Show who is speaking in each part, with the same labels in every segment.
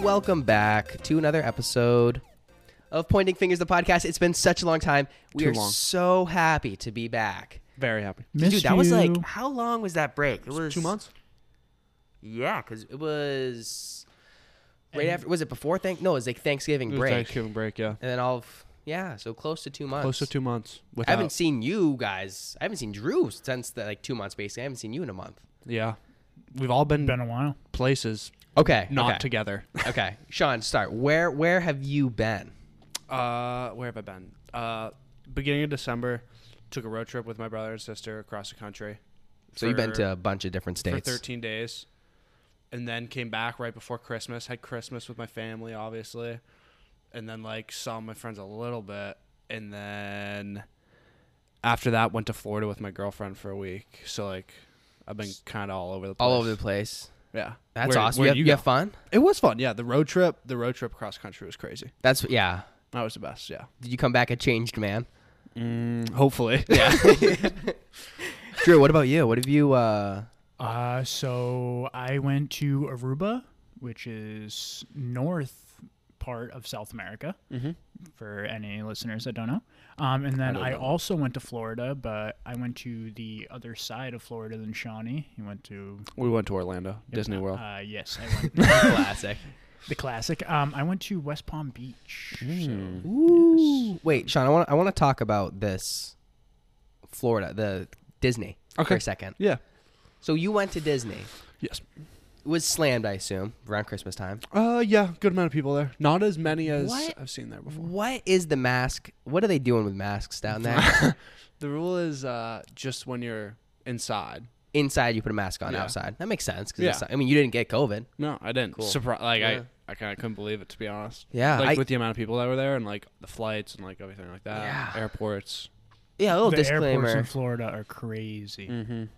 Speaker 1: Welcome back to another episode of Pointing Fingers, the podcast. It's been such a long time. We
Speaker 2: Too
Speaker 1: are
Speaker 2: long.
Speaker 1: so happy to be back.
Speaker 2: Very happy.
Speaker 3: Missed
Speaker 1: Dude, that was like,
Speaker 3: you.
Speaker 1: how long was that break? It was
Speaker 2: Two months.
Speaker 1: Yeah, because it was right after. Was it before Thank? No, it was like Thanksgiving break,
Speaker 2: Thanksgiving break. Yeah,
Speaker 1: and then all of yeah, so close to two months.
Speaker 2: close to two months.
Speaker 1: I
Speaker 2: Without,
Speaker 1: haven't seen you guys. I haven't seen Drew since the, like two months basically. I haven't seen you in a month.
Speaker 2: yeah, we've all been,
Speaker 3: Been a while.
Speaker 2: places,
Speaker 1: Okay,
Speaker 2: not
Speaker 1: okay.
Speaker 2: together.
Speaker 1: Okay, Sean, start. Where where have you been?
Speaker 2: Uh, where have I been? Uh, beginning of December, took a road trip with my brother and sister across the country.
Speaker 1: So you've been
Speaker 2: for-
Speaker 1: to a bunch of different
Speaker 2: for
Speaker 1: states.
Speaker 2: 13 days, and then came back right before Christmas. Had Christmas with my family, obviously, and then like saw my friends a little bit, and then after that went to Florida with my girlfriend for a week. So like, I've been kind of all over the place.
Speaker 1: all over the place.
Speaker 2: Yeah,
Speaker 1: That's
Speaker 2: Where-
Speaker 1: awesome.
Speaker 2: where
Speaker 1: You have,
Speaker 2: do
Speaker 1: you,
Speaker 2: go?
Speaker 1: have fun.
Speaker 2: It was fun. Yeah, the road trip, the road trip cross country was crazy.
Speaker 1: That's yeah.
Speaker 2: That was the best. Yeah.
Speaker 1: Did you come back a changed man?
Speaker 2: hopefully. Mm, Yeah.
Speaker 1: Drew, what about you? What have you? uh
Speaker 3: Uh, so I went to Aruba, which is north part of South America,
Speaker 2: Mhm.
Speaker 3: for any listeners that don't know. Um, and then
Speaker 1: don't
Speaker 3: I,
Speaker 1: Mm-hmm. know.
Speaker 3: also went to Florida, but I went to the other side of Florida than Shawnee. You went to
Speaker 2: we went to Orlando, Disney
Speaker 1: Oh.
Speaker 2: World.
Speaker 3: Uh, yes, I went.
Speaker 1: Classic.
Speaker 3: the classic. Um, I went to West Palm Beach.
Speaker 1: Mm.
Speaker 3: So
Speaker 1: Ooh. Wait, Sean, I want I want to talk about this Florida, the Disney for
Speaker 2: Okay.
Speaker 1: a second.
Speaker 2: yeah.
Speaker 1: So you went to Disney.
Speaker 2: Yes.
Speaker 1: It was slammed, I assume, around Christmas time.
Speaker 2: Uh yeah, good amount of people there. Not as many as
Speaker 1: What?
Speaker 2: I've seen there before.
Speaker 1: What is the mask? What are they doing with masks down there?
Speaker 2: The rule is uh just when you're inside.
Speaker 1: Inside, you put a mask on.
Speaker 2: Yeah.
Speaker 1: Outside, that makes sense. Cause
Speaker 2: Yeah.
Speaker 1: it's- I mean, you didn't get COVID.
Speaker 2: No, I didn't.
Speaker 1: Cool.
Speaker 2: Surpri- like
Speaker 1: Yeah.
Speaker 2: I I kind of couldn't believe it to be honest.
Speaker 1: Yeah,
Speaker 2: Like
Speaker 1: I-
Speaker 2: with the amount of people that were there and like the flights and like everything like that.
Speaker 1: Yeah.
Speaker 2: Airports.
Speaker 1: Yeah, a little
Speaker 3: the airports in
Speaker 1: disclaimer. Mm.
Speaker 3: Florida are crazy.
Speaker 1: Mm-hmm.
Speaker 2: Mhm.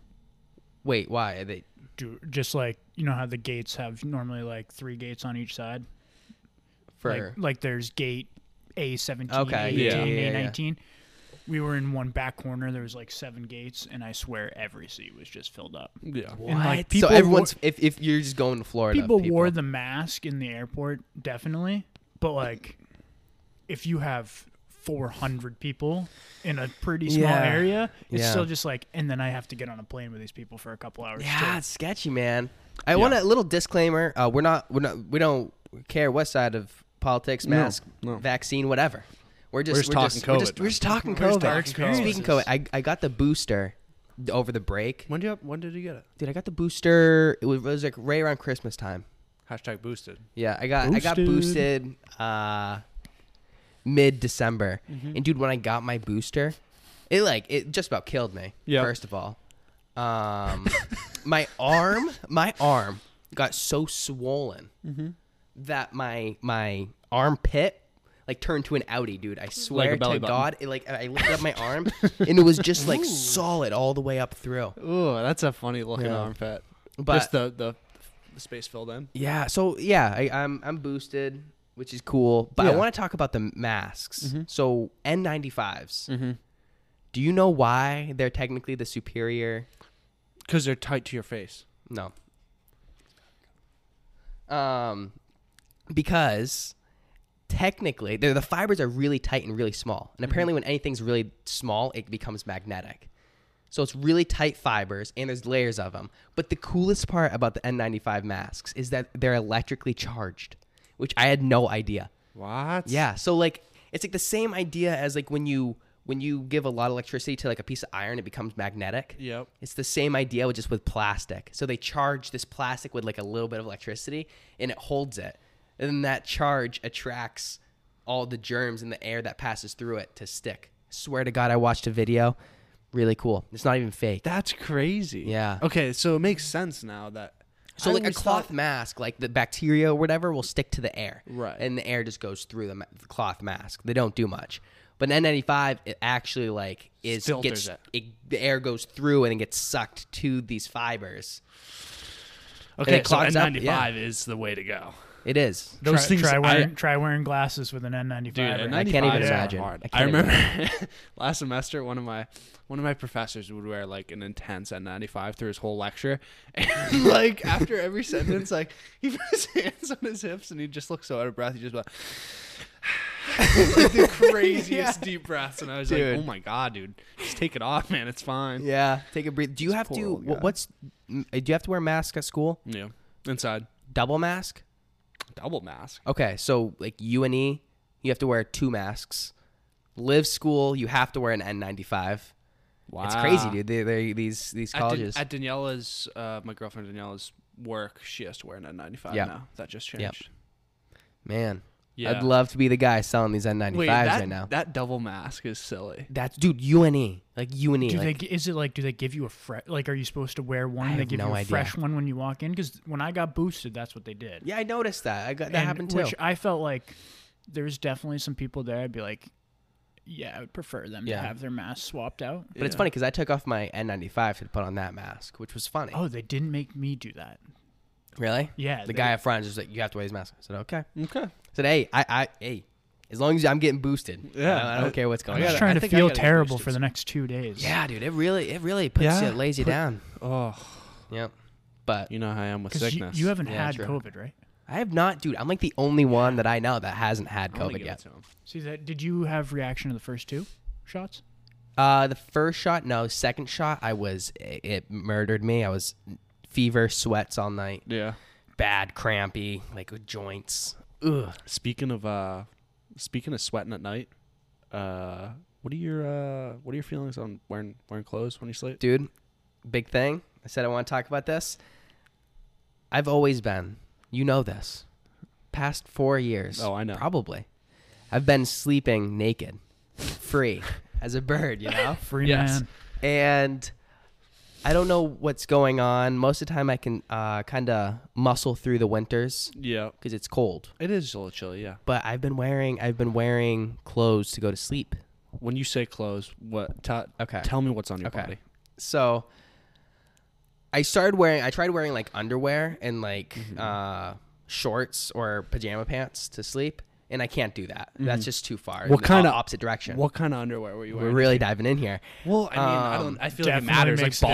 Speaker 1: Wait, why? Are they,
Speaker 3: Do, just like you know how the gates have normally like three gates on each side.
Speaker 1: for
Speaker 3: like, like there's gate A seventeen,
Speaker 1: Okay,
Speaker 3: A
Speaker 2: yeah,
Speaker 3: eighteen,
Speaker 1: yeah, yeah,
Speaker 3: A
Speaker 1: yeah.
Speaker 3: nineteen. We were in one back corner. There was like seven gates, and I swear every seat was just filled up.
Speaker 2: Yeah.
Speaker 3: And like
Speaker 1: so
Speaker 3: people,
Speaker 1: everyone's if, if you're just going to
Speaker 3: wore,
Speaker 1: Florida,
Speaker 3: people, wore the mask in the airport, definitely. But like, if you have four hundred people in a pretty small
Speaker 1: Yeah.
Speaker 3: area, it's
Speaker 1: Yeah.
Speaker 3: still just like. And then I have to get on a plane with these people for a couple hours.
Speaker 1: Yeah,
Speaker 3: too.
Speaker 1: it's sketchy, man. I want a little disclaimer. Uh, we're not, we're not, we don't care what side of politics,
Speaker 2: No,
Speaker 1: mask,
Speaker 2: no.
Speaker 1: vaccine, whatever. We're just,
Speaker 2: We're just talking
Speaker 1: We're
Speaker 2: COVID,
Speaker 1: just, we're
Speaker 2: man.
Speaker 1: just talking
Speaker 3: We're just
Speaker 1: COVID.
Speaker 3: our
Speaker 1: Speaking
Speaker 3: experiences.
Speaker 1: COVID, I, I got the booster over the break.
Speaker 2: When do you when did you get it?
Speaker 1: Dude, I got the booster. It was, it was like right around Christmas time.
Speaker 2: Hashtag boosted.
Speaker 1: Yeah, I got I got boosted
Speaker 3: Boosted.
Speaker 1: uh mid December.
Speaker 2: Mm-hmm.
Speaker 1: And dude, when I got my booster, it like it just about killed me.
Speaker 2: Yeah.
Speaker 1: First of all. Um my arm, my arm got so swollen
Speaker 2: Mm-hmm.
Speaker 1: that my my armpit like turned to an Audi, dude. I swear to
Speaker 2: belly button.
Speaker 1: God, it like I lifted up my arm and it was just like solid all the way up through.
Speaker 2: Ooh, that's a funny looking
Speaker 1: Yeah.
Speaker 2: armpit.
Speaker 1: But-
Speaker 2: just the, the the space filled in.
Speaker 1: Yeah. So yeah, I, I'm I'm boosted, which is cool. But I
Speaker 2: Yeah.
Speaker 1: want to talk about the masks. So N95s. Do you know why they're technically the superior?
Speaker 2: Because they're tight to your face.
Speaker 1: No. Um, because technically, they're, the fibers are really tight and really small. And apparently, when anything's really small, it becomes magnetic. So it's really tight fibers, and there's layers of them. But the coolest part about the N95 masks is that they're electrically charged, which I had no idea.
Speaker 2: What?
Speaker 1: Yeah. So like it's like the same idea as like when you when you give a lot of electricity to like a piece of iron, it becomes magnetic.
Speaker 2: Yep.
Speaker 1: It's the same idea with just with plastic. So they charge this plastic with like a little bit of electricity and it holds it. And then that charge attracts all the germs in the air that passes through it to stick. Swear to God, I watched a video. Really cool. It's not even fake.
Speaker 2: That's crazy.
Speaker 1: Yeah.
Speaker 2: Okay, so it makes sense now that.
Speaker 1: So
Speaker 2: I
Speaker 1: like a
Speaker 2: always
Speaker 1: cloth
Speaker 2: thought-
Speaker 1: mask, like the bacteria or whatever, will stick to the air,
Speaker 2: Right.
Speaker 1: And the air just goes through the, ma- the cloth mask. They don't do much. But an N95, it actually like is
Speaker 2: Filters
Speaker 1: gets
Speaker 2: it.
Speaker 1: the air goes through and it gets sucked to these fibers.
Speaker 2: okay,
Speaker 1: it
Speaker 2: so
Speaker 1: clogs up,
Speaker 2: N95 is the way to go.
Speaker 1: It is.
Speaker 2: Those
Speaker 3: try,
Speaker 2: things
Speaker 3: Try
Speaker 2: I-
Speaker 3: wearing, try wearing glasses with an N95.
Speaker 2: Dude,
Speaker 3: right?
Speaker 2: at
Speaker 1: I
Speaker 2: 95
Speaker 1: can't even
Speaker 2: is
Speaker 1: imagine.
Speaker 2: hard.
Speaker 1: I
Speaker 2: I,
Speaker 1: can't
Speaker 2: remember last semester one of my one of my professors would wear like an intense N95 through his whole lecture, and like after every sentence, like he put his hands on his hips and he just looked so out of breath. He just went, like the craziest deep breaths, and I was
Speaker 1: Dude.
Speaker 2: like, "Oh my god, dude, just take it off, man. It's fine."
Speaker 1: Yeah. Take a breath. Do you have
Speaker 2: poor
Speaker 1: to?
Speaker 2: old
Speaker 1: wha-
Speaker 2: guy.
Speaker 1: What's? m- uh, Do you have to wear a mask at school?
Speaker 2: Yeah, inside
Speaker 1: Double mask.
Speaker 2: double mask.
Speaker 1: Okay, so like U and E, you have to wear two masks. Live school, you have to wear an N95.
Speaker 2: Wow,
Speaker 1: It's crazy, dude. They, they, these these
Speaker 2: At, Dan-
Speaker 1: colleges.
Speaker 2: at Daniela's, uh, my girlfriend Daniela's work, she has to wear an N95
Speaker 1: Yep.
Speaker 2: now. That just changed.
Speaker 1: Man,
Speaker 2: Yeah.
Speaker 1: I'd love to be the guy selling these N95s
Speaker 2: Wait, that,
Speaker 1: right now.
Speaker 2: that double mask is silly.
Speaker 1: That's dude, U and E, like U and E.
Speaker 3: Do
Speaker 1: Like,
Speaker 3: they? Is it like? Do they give you a fresh? Like, are you supposed to wear one?
Speaker 1: I
Speaker 3: and they
Speaker 1: have
Speaker 3: give
Speaker 1: no
Speaker 3: you a
Speaker 1: idea.
Speaker 3: fresh one when you walk in. Because when I got boosted, that's what they did.
Speaker 1: yeah, I noticed that. I got that
Speaker 3: And-
Speaker 1: happened too.
Speaker 3: Which I felt like there's definitely some people there. I'd be like, yeah, I would prefer them
Speaker 1: Yeah.
Speaker 3: to have their masks swapped out.
Speaker 1: but it's funny because I took off my N95 to put on that mask, which was funny.
Speaker 3: Oh, they didn't make me do that.
Speaker 1: really?
Speaker 3: Yeah,
Speaker 1: The
Speaker 3: they-
Speaker 1: guy up front is just like, "You have to wear these masks." I said, "Okay." I
Speaker 2: Okay.
Speaker 1: said, "Hey, I, I, hey, as long as I'm getting boosted,
Speaker 2: Yeah,
Speaker 1: I don't, I don't
Speaker 2: I-
Speaker 1: care what's
Speaker 3: I'm
Speaker 1: going
Speaker 2: I
Speaker 1: on."
Speaker 3: just
Speaker 2: gotta-
Speaker 3: trying
Speaker 2: I
Speaker 3: to
Speaker 2: think I
Speaker 3: feel
Speaker 2: gotta get
Speaker 3: terrible
Speaker 2: boosted
Speaker 3: for the next two days.
Speaker 1: Yeah, dude, it really it really puts
Speaker 2: Yeah,
Speaker 1: you it lays you
Speaker 2: put-
Speaker 1: down.
Speaker 2: Oh,
Speaker 1: Yep. But
Speaker 2: you know how I am with
Speaker 3: because you,
Speaker 2: sickness.
Speaker 3: you haven't
Speaker 1: Yeah,
Speaker 3: had
Speaker 1: true.
Speaker 3: COVID, right?
Speaker 1: I have not, dude. I'm like the only one that I know that hasn't had
Speaker 2: I'm gonna
Speaker 1: COVID
Speaker 2: give
Speaker 1: yet.
Speaker 2: it to him.
Speaker 3: See that? Did you have reaction to the first two shots?
Speaker 1: Uh, the first shot, no. Second shot, I was it, it murdered me. I was fever, sweats all night,
Speaker 2: Yeah.
Speaker 1: bad, crampy, like with joints. Ugh.
Speaker 2: Speaking of uh, speaking of sweating at night, uh, what are your uh, what are your feelings on wearing wearing clothes when you sleep?
Speaker 1: Dude, big thing. I said I want to talk about this. I've always been, you know this. Past four years.
Speaker 2: Oh, I know.
Speaker 1: Probably. I've been sleeping naked, free, as a bird, you know?
Speaker 3: Free
Speaker 2: Yes.
Speaker 3: man.
Speaker 1: and I don't know what's going on. Most of the time, I can uh, kind of muscle through the winters
Speaker 2: Yeah.
Speaker 1: because it's cold.
Speaker 2: It is a little chilly. Yeah.
Speaker 1: But I've been wearing I've been wearing clothes to go to sleep.
Speaker 2: When you say clothes, what? ta-
Speaker 1: Okay.
Speaker 2: Tell me what's on your
Speaker 1: Okay.
Speaker 2: body.
Speaker 1: So I started wearing I tried wearing like underwear and like
Speaker 2: Mm-hmm.
Speaker 1: uh, shorts or pajama pants to sleep, and I can't do that. That's just too far.
Speaker 2: Mm-hmm. What
Speaker 1: The
Speaker 2: kinda-
Speaker 1: opposite direction?
Speaker 2: What kind of underwear were you
Speaker 1: We're
Speaker 2: wearing?
Speaker 1: really diving in here.
Speaker 2: well, I mean, I
Speaker 1: um,
Speaker 2: don't. I feel like it
Speaker 3: definitely
Speaker 2: matters. Like
Speaker 3: makes a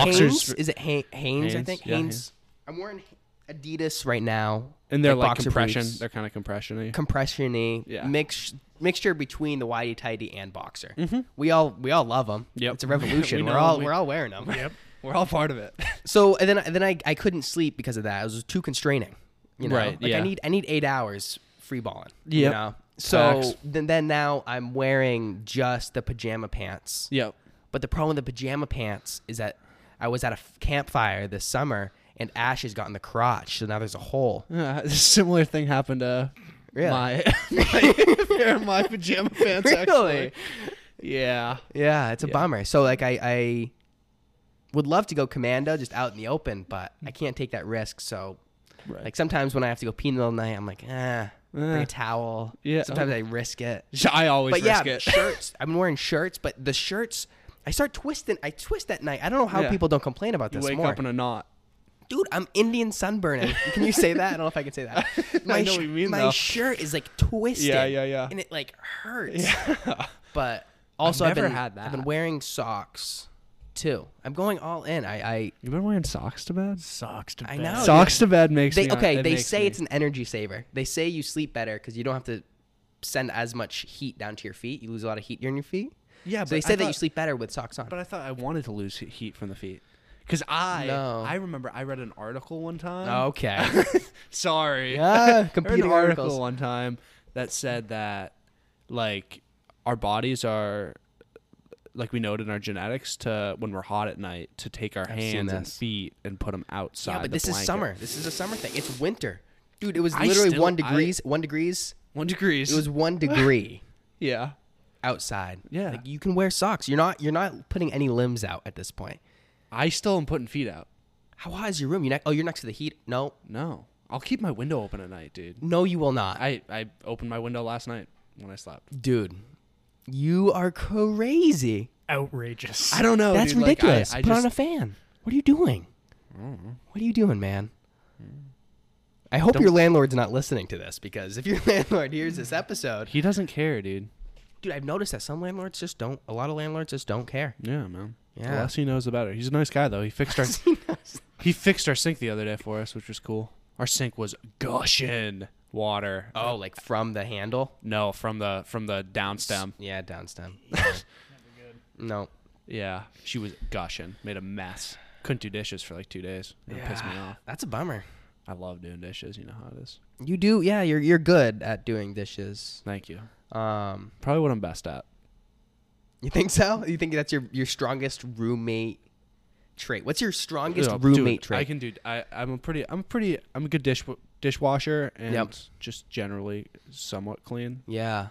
Speaker 2: boxers,
Speaker 3: difference.
Speaker 1: Hanes? Is it ha- Hanes, I
Speaker 2: Hanes?
Speaker 1: think
Speaker 2: Yeah,
Speaker 1: Hanes.
Speaker 2: Hanes.
Speaker 1: I'm wearing Adidas right now.
Speaker 2: and they're like,
Speaker 1: boxer
Speaker 2: compression.
Speaker 1: briefs.
Speaker 2: They're kind of compression.
Speaker 1: compressiony
Speaker 2: Yeah.
Speaker 1: mix mixture between the whitey tidy and boxer. We all we all love them.
Speaker 2: Mm-hmm. Yep.
Speaker 1: It's a revolution.
Speaker 2: We
Speaker 1: we are
Speaker 2: know
Speaker 1: all
Speaker 2: 'em.
Speaker 1: we,
Speaker 2: We-
Speaker 1: are all wearing them.
Speaker 3: Yep.
Speaker 2: We're all part of it.
Speaker 1: So and then then I, I couldn't sleep because of that. It was too constraining. You know?
Speaker 2: Right,
Speaker 1: Like I
Speaker 2: yeah.
Speaker 1: need I need eight hours free balling. You
Speaker 2: Yep.
Speaker 1: know? So
Speaker 2: Facts.
Speaker 1: then then now I'm wearing just the pajama pants.
Speaker 2: yep.
Speaker 1: But the problem with the pajama pants is that I was at a f- campfire this summer and Ash has gotten the crotch, so now there's a hole.
Speaker 2: Yeah, Uh, a similar thing happened to
Speaker 1: Really?
Speaker 2: my my, my pajama pants.
Speaker 1: Really?
Speaker 2: Actually, yeah.
Speaker 1: Yeah, it's a bummer. So like I, I would love to go commando just out in the open, but I can't take that risk. So
Speaker 2: Right.
Speaker 1: like sometimes when I have to go pee in the middle of the night, I'm like, eh, bring a towel.
Speaker 2: Yeah.
Speaker 1: Sometimes I risk it.
Speaker 2: I always
Speaker 1: But yeah,
Speaker 2: risk it.
Speaker 1: shirts. I've been wearing shirts, but the shirts I start twisting. I twist at night. I don't know how
Speaker 2: Yeah.
Speaker 1: people don't complain about
Speaker 2: You
Speaker 1: this
Speaker 2: wake
Speaker 1: more.
Speaker 2: up in a knot.
Speaker 1: Dude, I'm Indian sunburning. Can you say that? I don't know if I can say that. My,
Speaker 2: know
Speaker 1: sh-
Speaker 2: what you mean,
Speaker 1: my
Speaker 2: though.
Speaker 1: shirt is like twisted.
Speaker 2: Yeah, yeah, yeah.
Speaker 1: And it like hurts. But also, I've,
Speaker 2: never
Speaker 1: been
Speaker 2: had
Speaker 1: I've been
Speaker 2: that.
Speaker 1: wearing socks too. I'm going all in. I I,
Speaker 2: You've been wearing socks to bed.
Speaker 3: Socks to
Speaker 1: I
Speaker 3: bed.
Speaker 1: know.
Speaker 2: Socks to bed makes
Speaker 1: Oh, they
Speaker 2: me.
Speaker 1: okay.
Speaker 2: it
Speaker 1: They
Speaker 2: makes
Speaker 1: say
Speaker 2: me-
Speaker 1: it's an energy saver. They say you sleep better because you don't have to send as much heat down to your feet. You lose a lot of heat during your feet.
Speaker 2: Yeah,
Speaker 1: So they
Speaker 2: but
Speaker 1: say
Speaker 2: I
Speaker 1: that you
Speaker 2: thought-
Speaker 1: sleep better with socks on.
Speaker 2: But I thought I wanted to lose he- heat from the feet. Cause I,
Speaker 1: No.
Speaker 2: I remember I read an article one time.
Speaker 1: okay.
Speaker 2: Sorry.
Speaker 1: yeah,
Speaker 2: I read
Speaker 1: competing
Speaker 2: um, an article
Speaker 1: articles.
Speaker 2: one time that said that like our bodies are like we know it in our genetics to when we're hot at night to take our
Speaker 1: seen
Speaker 2: hands and
Speaker 1: this.
Speaker 2: feet and put them outside.
Speaker 1: Yeah, but
Speaker 2: the
Speaker 1: this is
Speaker 2: blanket.
Speaker 1: summer. This is a summer thing. It's winter, dude. It was
Speaker 2: I
Speaker 1: literally
Speaker 2: still-
Speaker 1: one
Speaker 2: I-
Speaker 1: degrees. one degrees.
Speaker 2: One degrees.
Speaker 1: It was one degree
Speaker 2: yeah.
Speaker 1: outside.
Speaker 2: Yeah.
Speaker 1: like you can wear socks. You're not. You're not putting any limbs out at this point.
Speaker 2: I still am putting feet out.
Speaker 1: How hot is your room? You ne- oh, you're next to the heat. No,
Speaker 2: No, I'll keep my window open at night, dude.
Speaker 1: no, you will not,
Speaker 2: I I opened my window last night when I slept.
Speaker 1: dude. You are crazy.
Speaker 3: Outrageous.
Speaker 2: I don't know.
Speaker 1: That's
Speaker 2: dude, like, I-
Speaker 1: ridiculous.
Speaker 2: I
Speaker 1: Put
Speaker 2: just- Mm.
Speaker 1: on a fan. What are you doing? What are you doing, man? I hope
Speaker 2: Don't-
Speaker 1: your landlord's not listening to this because if your landlord hears this episode,
Speaker 2: He doesn't care, dude.
Speaker 1: dude, I've noticed that some landlords just don't. A lot of landlords just don't care.
Speaker 2: Yeah, man. The
Speaker 1: Yeah.
Speaker 2: less he knows, the better. He's a nice guy, though. He fixed our he fixed our sink the other day for us, which was cool. Our sink was gushing water.
Speaker 1: Oh, like from the handle?
Speaker 2: No, from the from the down stem.
Speaker 1: Yeah, down stem. no.
Speaker 2: Yeah, she was gushing, made a mess. Couldn't do dishes for like two days. It pissed me off.
Speaker 1: That's a bummer.
Speaker 2: I love doing dishes. You know how it is.
Speaker 1: You do, yeah. You're you're good at doing dishes.
Speaker 2: Thank you.
Speaker 1: Um,
Speaker 2: Probably what I'm best at.
Speaker 1: you think so? You think that's your your strongest roommate trait? What's your strongest
Speaker 2: Yeah, dude,
Speaker 1: roommate
Speaker 2: I
Speaker 1: trait?
Speaker 2: can do. I, I'm a pretty. I'm a pretty. I'm a good dish dishwasher and
Speaker 1: Yep.
Speaker 2: just generally somewhat clean.
Speaker 1: yeah.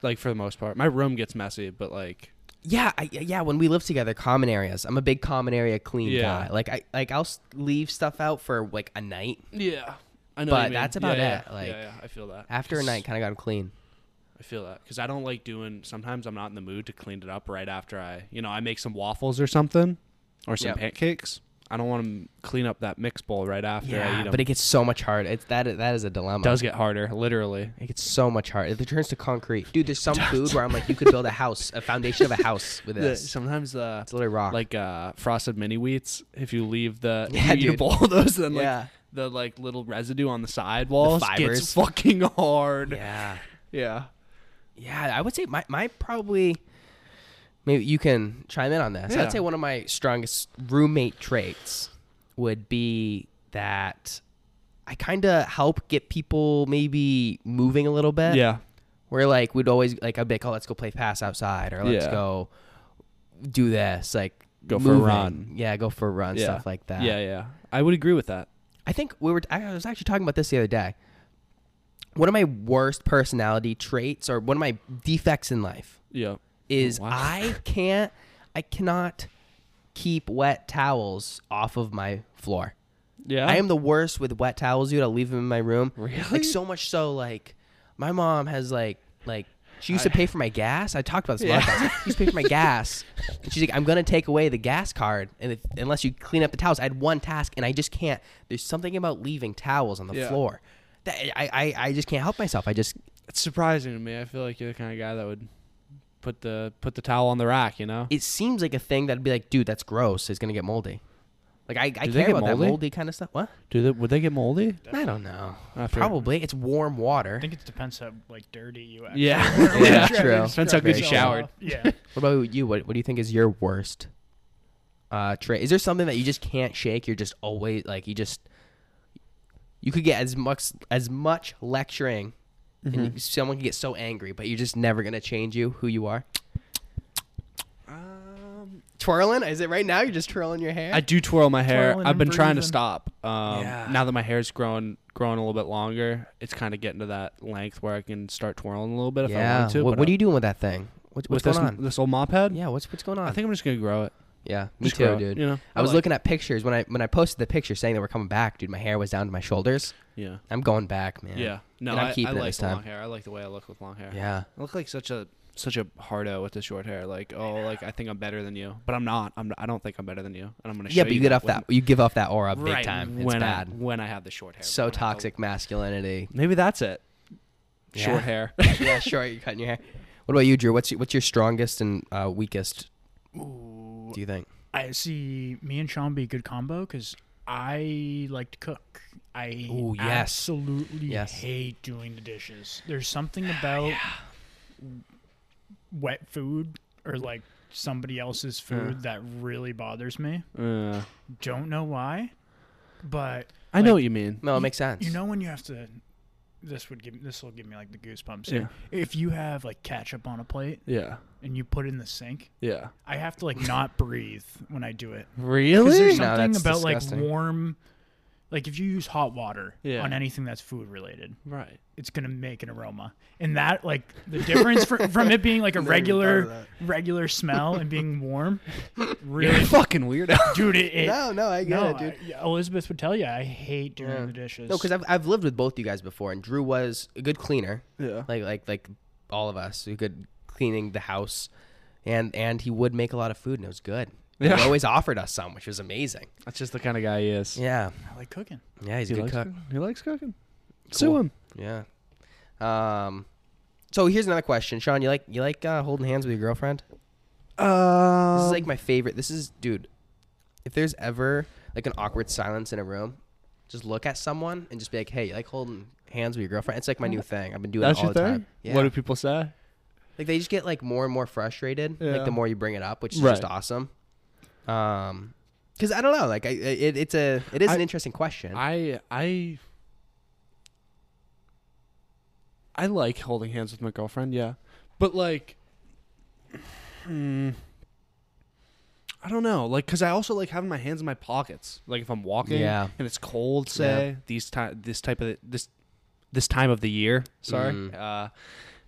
Speaker 2: Like for the most part, my room gets messy, but like
Speaker 1: Yeah, I, yeah. When we lived together, common areas. I'm a big common area clean
Speaker 2: Yeah.
Speaker 1: guy. Like I, like I'll s- leave stuff out for like a night.
Speaker 2: yeah, I know.
Speaker 1: But
Speaker 2: what you mean.
Speaker 1: that's about
Speaker 2: Yeah,
Speaker 1: it,
Speaker 2: yeah,
Speaker 1: like,
Speaker 2: yeah, yeah, I feel that
Speaker 1: After a
Speaker 2: 'Cause-
Speaker 1: night, kind of got 'em clean.
Speaker 2: I feel that because I don't like doing. Sometimes I'm not in the mood to clean it up right after I, you know, I make some waffles or something, or some
Speaker 1: Yep.
Speaker 2: pancakes. I don't want to clean up that mix bowl right after I eat
Speaker 1: Yeah,
Speaker 2: 'em.
Speaker 1: but it gets so much harder. It's that that is a dilemma.
Speaker 2: it does get harder, literally.
Speaker 1: It gets so much harder. It turns to concrete, dude. There's some food where I'm like, you could build a house, a foundation of a house with
Speaker 2: The-
Speaker 1: this.
Speaker 2: sometimes the
Speaker 1: It's literally rock.
Speaker 2: like uh frosted mini wheats if you leave the
Speaker 1: Yeah,
Speaker 2: yeah, you eat a
Speaker 1: dude.
Speaker 2: bowl of those then like
Speaker 1: Yeah.
Speaker 2: the like little residue on the sidewalls
Speaker 1: fibers.
Speaker 2: gets fucking hard yeah,
Speaker 1: yeah,
Speaker 2: yeah.
Speaker 1: yeah. I would say my my probably. Maybe you can chime in on this.
Speaker 2: Yeah.
Speaker 1: I'd say one of my strongest roommate traits would be that I kind of help get people maybe moving a little bit. Where like we'd always like I'd be like, oh, let's go play pass outside, or let's
Speaker 2: Yeah.
Speaker 1: go do this, like
Speaker 2: Go for a run.
Speaker 1: Yeah, go for a run,
Speaker 2: Yeah.
Speaker 1: stuff like that.
Speaker 2: yeah yeah i would agree with that
Speaker 1: I think we were. I was actually talking about this the other day. One of my worst personality traits, or one of my defects in life,
Speaker 2: yeah
Speaker 1: is
Speaker 2: Oh, Wow.
Speaker 1: I can't, I cannot keep wet towels off of my floor.
Speaker 2: yeah
Speaker 1: I am the worst with wet towels, dude. I'll leave them in my room.
Speaker 2: Oh. Really?
Speaker 1: Like so much so, like my mom has like like she used to pay for my gas. I talked about this. Yeah. she used to pay for my gas, and she's like, "I'm gonna take away the gas card, and if, unless you clean up the towels, I had one task, and I just can't. There's something about leaving towels on the
Speaker 2: Yeah.
Speaker 1: floor that I, I I just can't help myself. I just
Speaker 2: it's surprising to me i feel like you're the kind of guy that would put the put the towel on the rack you know
Speaker 1: it seems like a thing that'd be like, dude, that's gross. It's gonna get moldy. Like I, I
Speaker 2: Do they
Speaker 1: care
Speaker 2: get
Speaker 1: about that
Speaker 2: moldy?
Speaker 1: moldy kind of stuff. What?
Speaker 2: do they would they get moldy
Speaker 1: I don't know.
Speaker 2: After-
Speaker 1: Probably it's warm water.
Speaker 3: I think it depends how like dirty you actually.
Speaker 2: yeah
Speaker 3: are.
Speaker 1: Yeah,
Speaker 3: Scrub-
Speaker 1: true.
Speaker 3: scrub
Speaker 2: Depends how good you
Speaker 3: yourself
Speaker 2: showered.
Speaker 3: off. Yeah.
Speaker 1: What about you? What What do you think is your worst uh, trait? Is there something that you just can't shake? You're just always like you just you could get as much as much lecturing,
Speaker 2: Mm-hmm.
Speaker 1: and you, someone could get so angry, but you're just never gonna change you who you are.
Speaker 2: um,
Speaker 1: Twirling? Is it right now? You're just twirling your hair.
Speaker 2: I do twirl my hair.
Speaker 3: Twirling
Speaker 2: I've
Speaker 3: and
Speaker 2: been trying to
Speaker 3: breathing.
Speaker 2: stop. Um,
Speaker 1: Yeah.
Speaker 2: Now that my hair's grown, growing a little bit longer, it's kind of getting to that length where I can start twirling a little bit if I
Speaker 1: yeah.
Speaker 2: want to.
Speaker 1: what,
Speaker 2: but
Speaker 1: what are
Speaker 2: I-
Speaker 1: you doing with that thing? What, what's
Speaker 2: with
Speaker 1: going
Speaker 2: this
Speaker 1: on?
Speaker 2: this old mop head?
Speaker 1: yeah. What's What's going on?
Speaker 2: I think I'm just gonna grow it.
Speaker 1: yeah. Me
Speaker 2: just
Speaker 1: too,
Speaker 2: grow it,
Speaker 1: dude.
Speaker 2: You know,
Speaker 1: I was
Speaker 2: like-
Speaker 1: looking at pictures when I when I posted the picture saying that we're coming back, dude. My hair was down to my shoulders.
Speaker 2: Yeah.
Speaker 1: I'm going back, man.
Speaker 2: Yeah. No,
Speaker 1: And I'm
Speaker 2: I,
Speaker 1: keeping
Speaker 2: I
Speaker 1: it
Speaker 2: like
Speaker 1: this
Speaker 2: the long
Speaker 1: time.
Speaker 2: hair. I like the way I look with long hair.
Speaker 1: Yeah.
Speaker 2: I look like such a such a hardo with the short hair. Like, oh, like I think I'm better than you, but I'm not. I'm I don't think I'm better than you, and I'm gonna.
Speaker 1: Yeah,
Speaker 2: show
Speaker 1: but you
Speaker 2: that
Speaker 1: get off
Speaker 2: when-
Speaker 1: that. You give off that aura big
Speaker 2: right
Speaker 1: time. It's
Speaker 2: when
Speaker 1: bad.
Speaker 2: I, when I have the short hair.
Speaker 1: so
Speaker 2: When I have the-
Speaker 1: toxic masculinity.
Speaker 2: Maybe that's it.
Speaker 1: Yeah.
Speaker 2: Short hair.
Speaker 1: yeah, sure. You're cutting your hair. What about you, Drew? What's your, what's your strongest and uh, weakest?
Speaker 3: Ooh,
Speaker 1: Do you think?
Speaker 3: I see. Me and Sean be a good combo because I like to cook. I
Speaker 1: Ooh, yes.
Speaker 3: absolutely
Speaker 1: Yes.
Speaker 3: hate doing the dishes. There's something
Speaker 2: Ah,
Speaker 3: about w- wet food or like somebody else's food that really bothers me.
Speaker 2: Uh,
Speaker 3: Don't know why, but
Speaker 2: I know
Speaker 3: Like,
Speaker 2: what you mean.
Speaker 1: No, it makes sense.
Speaker 3: You know when you have to. This would give this will give me like the goosebumps.
Speaker 2: Yeah.
Speaker 3: here. If you have like ketchup on a plate
Speaker 2: Yeah.
Speaker 3: and you put it in the sink,
Speaker 2: Yeah.
Speaker 3: I have to like not breathe when I do it. 'Cause
Speaker 2: Really?
Speaker 3: There's
Speaker 1: No,
Speaker 3: something
Speaker 1: that's
Speaker 3: about
Speaker 1: disgusting.
Speaker 3: like warm, like if you use hot water
Speaker 2: Yeah.
Speaker 3: on anything that's food related,
Speaker 2: Right.
Speaker 3: it's gonna make an aroma. And that like the difference fr- from it being like a regular regular smell and being warm, really,
Speaker 2: fucking weirdo.
Speaker 3: dude. It, it
Speaker 1: no, no, I
Speaker 3: no, I- yeah, Elizabeth would tell you I hate doing
Speaker 1: Yeah.
Speaker 3: the dishes.
Speaker 1: No, because I've, I've lived with both you guys before, and Drew was a good cleaner,
Speaker 2: yeah.
Speaker 1: like like like all of us, a good cleaning the house, and and he would make a lot of food, and it was good. He
Speaker 2: Yeah.
Speaker 1: always offered us some, which was amazing.
Speaker 2: That's just the kind of guy he is.
Speaker 1: Yeah.
Speaker 3: I like cooking.
Speaker 1: Yeah, he's a
Speaker 2: he,
Speaker 1: good
Speaker 2: likes
Speaker 1: cook.
Speaker 2: cooking. he likes cooking.
Speaker 1: Cool.
Speaker 2: Sue him.
Speaker 1: Yeah. Um so here's another question. Sean, you like you like uh, holding hands with your girlfriend?
Speaker 2: Uh,
Speaker 1: This is like my favorite. This is dude. If there's ever like an awkward silence in a room, just look at someone and just be like, "Hey, you like holding hands with your girlfriend?" It's like my new thing. I've been doing
Speaker 2: Mm. that's
Speaker 1: it all
Speaker 2: your
Speaker 1: the
Speaker 2: thing.
Speaker 1: time. Yeah.
Speaker 2: What do people say?
Speaker 1: like they just get like more and more frustrated
Speaker 2: Yeah.
Speaker 1: like the more you bring it up, which is just
Speaker 2: Right.
Speaker 1: awesome. Um cuz I don't know, like I, I- it, it's a it is
Speaker 2: I-
Speaker 1: an interesting question.
Speaker 2: I I I like holding hands with my girlfriend, yeah. But like hmm, I don't know, like cuz I also like having my hands in my pockets. Like if I'm walking
Speaker 1: Yeah.
Speaker 2: and it's cold, say, these ti- this type of this this time of the year, sorry.
Speaker 1: Mhm.
Speaker 2: Uh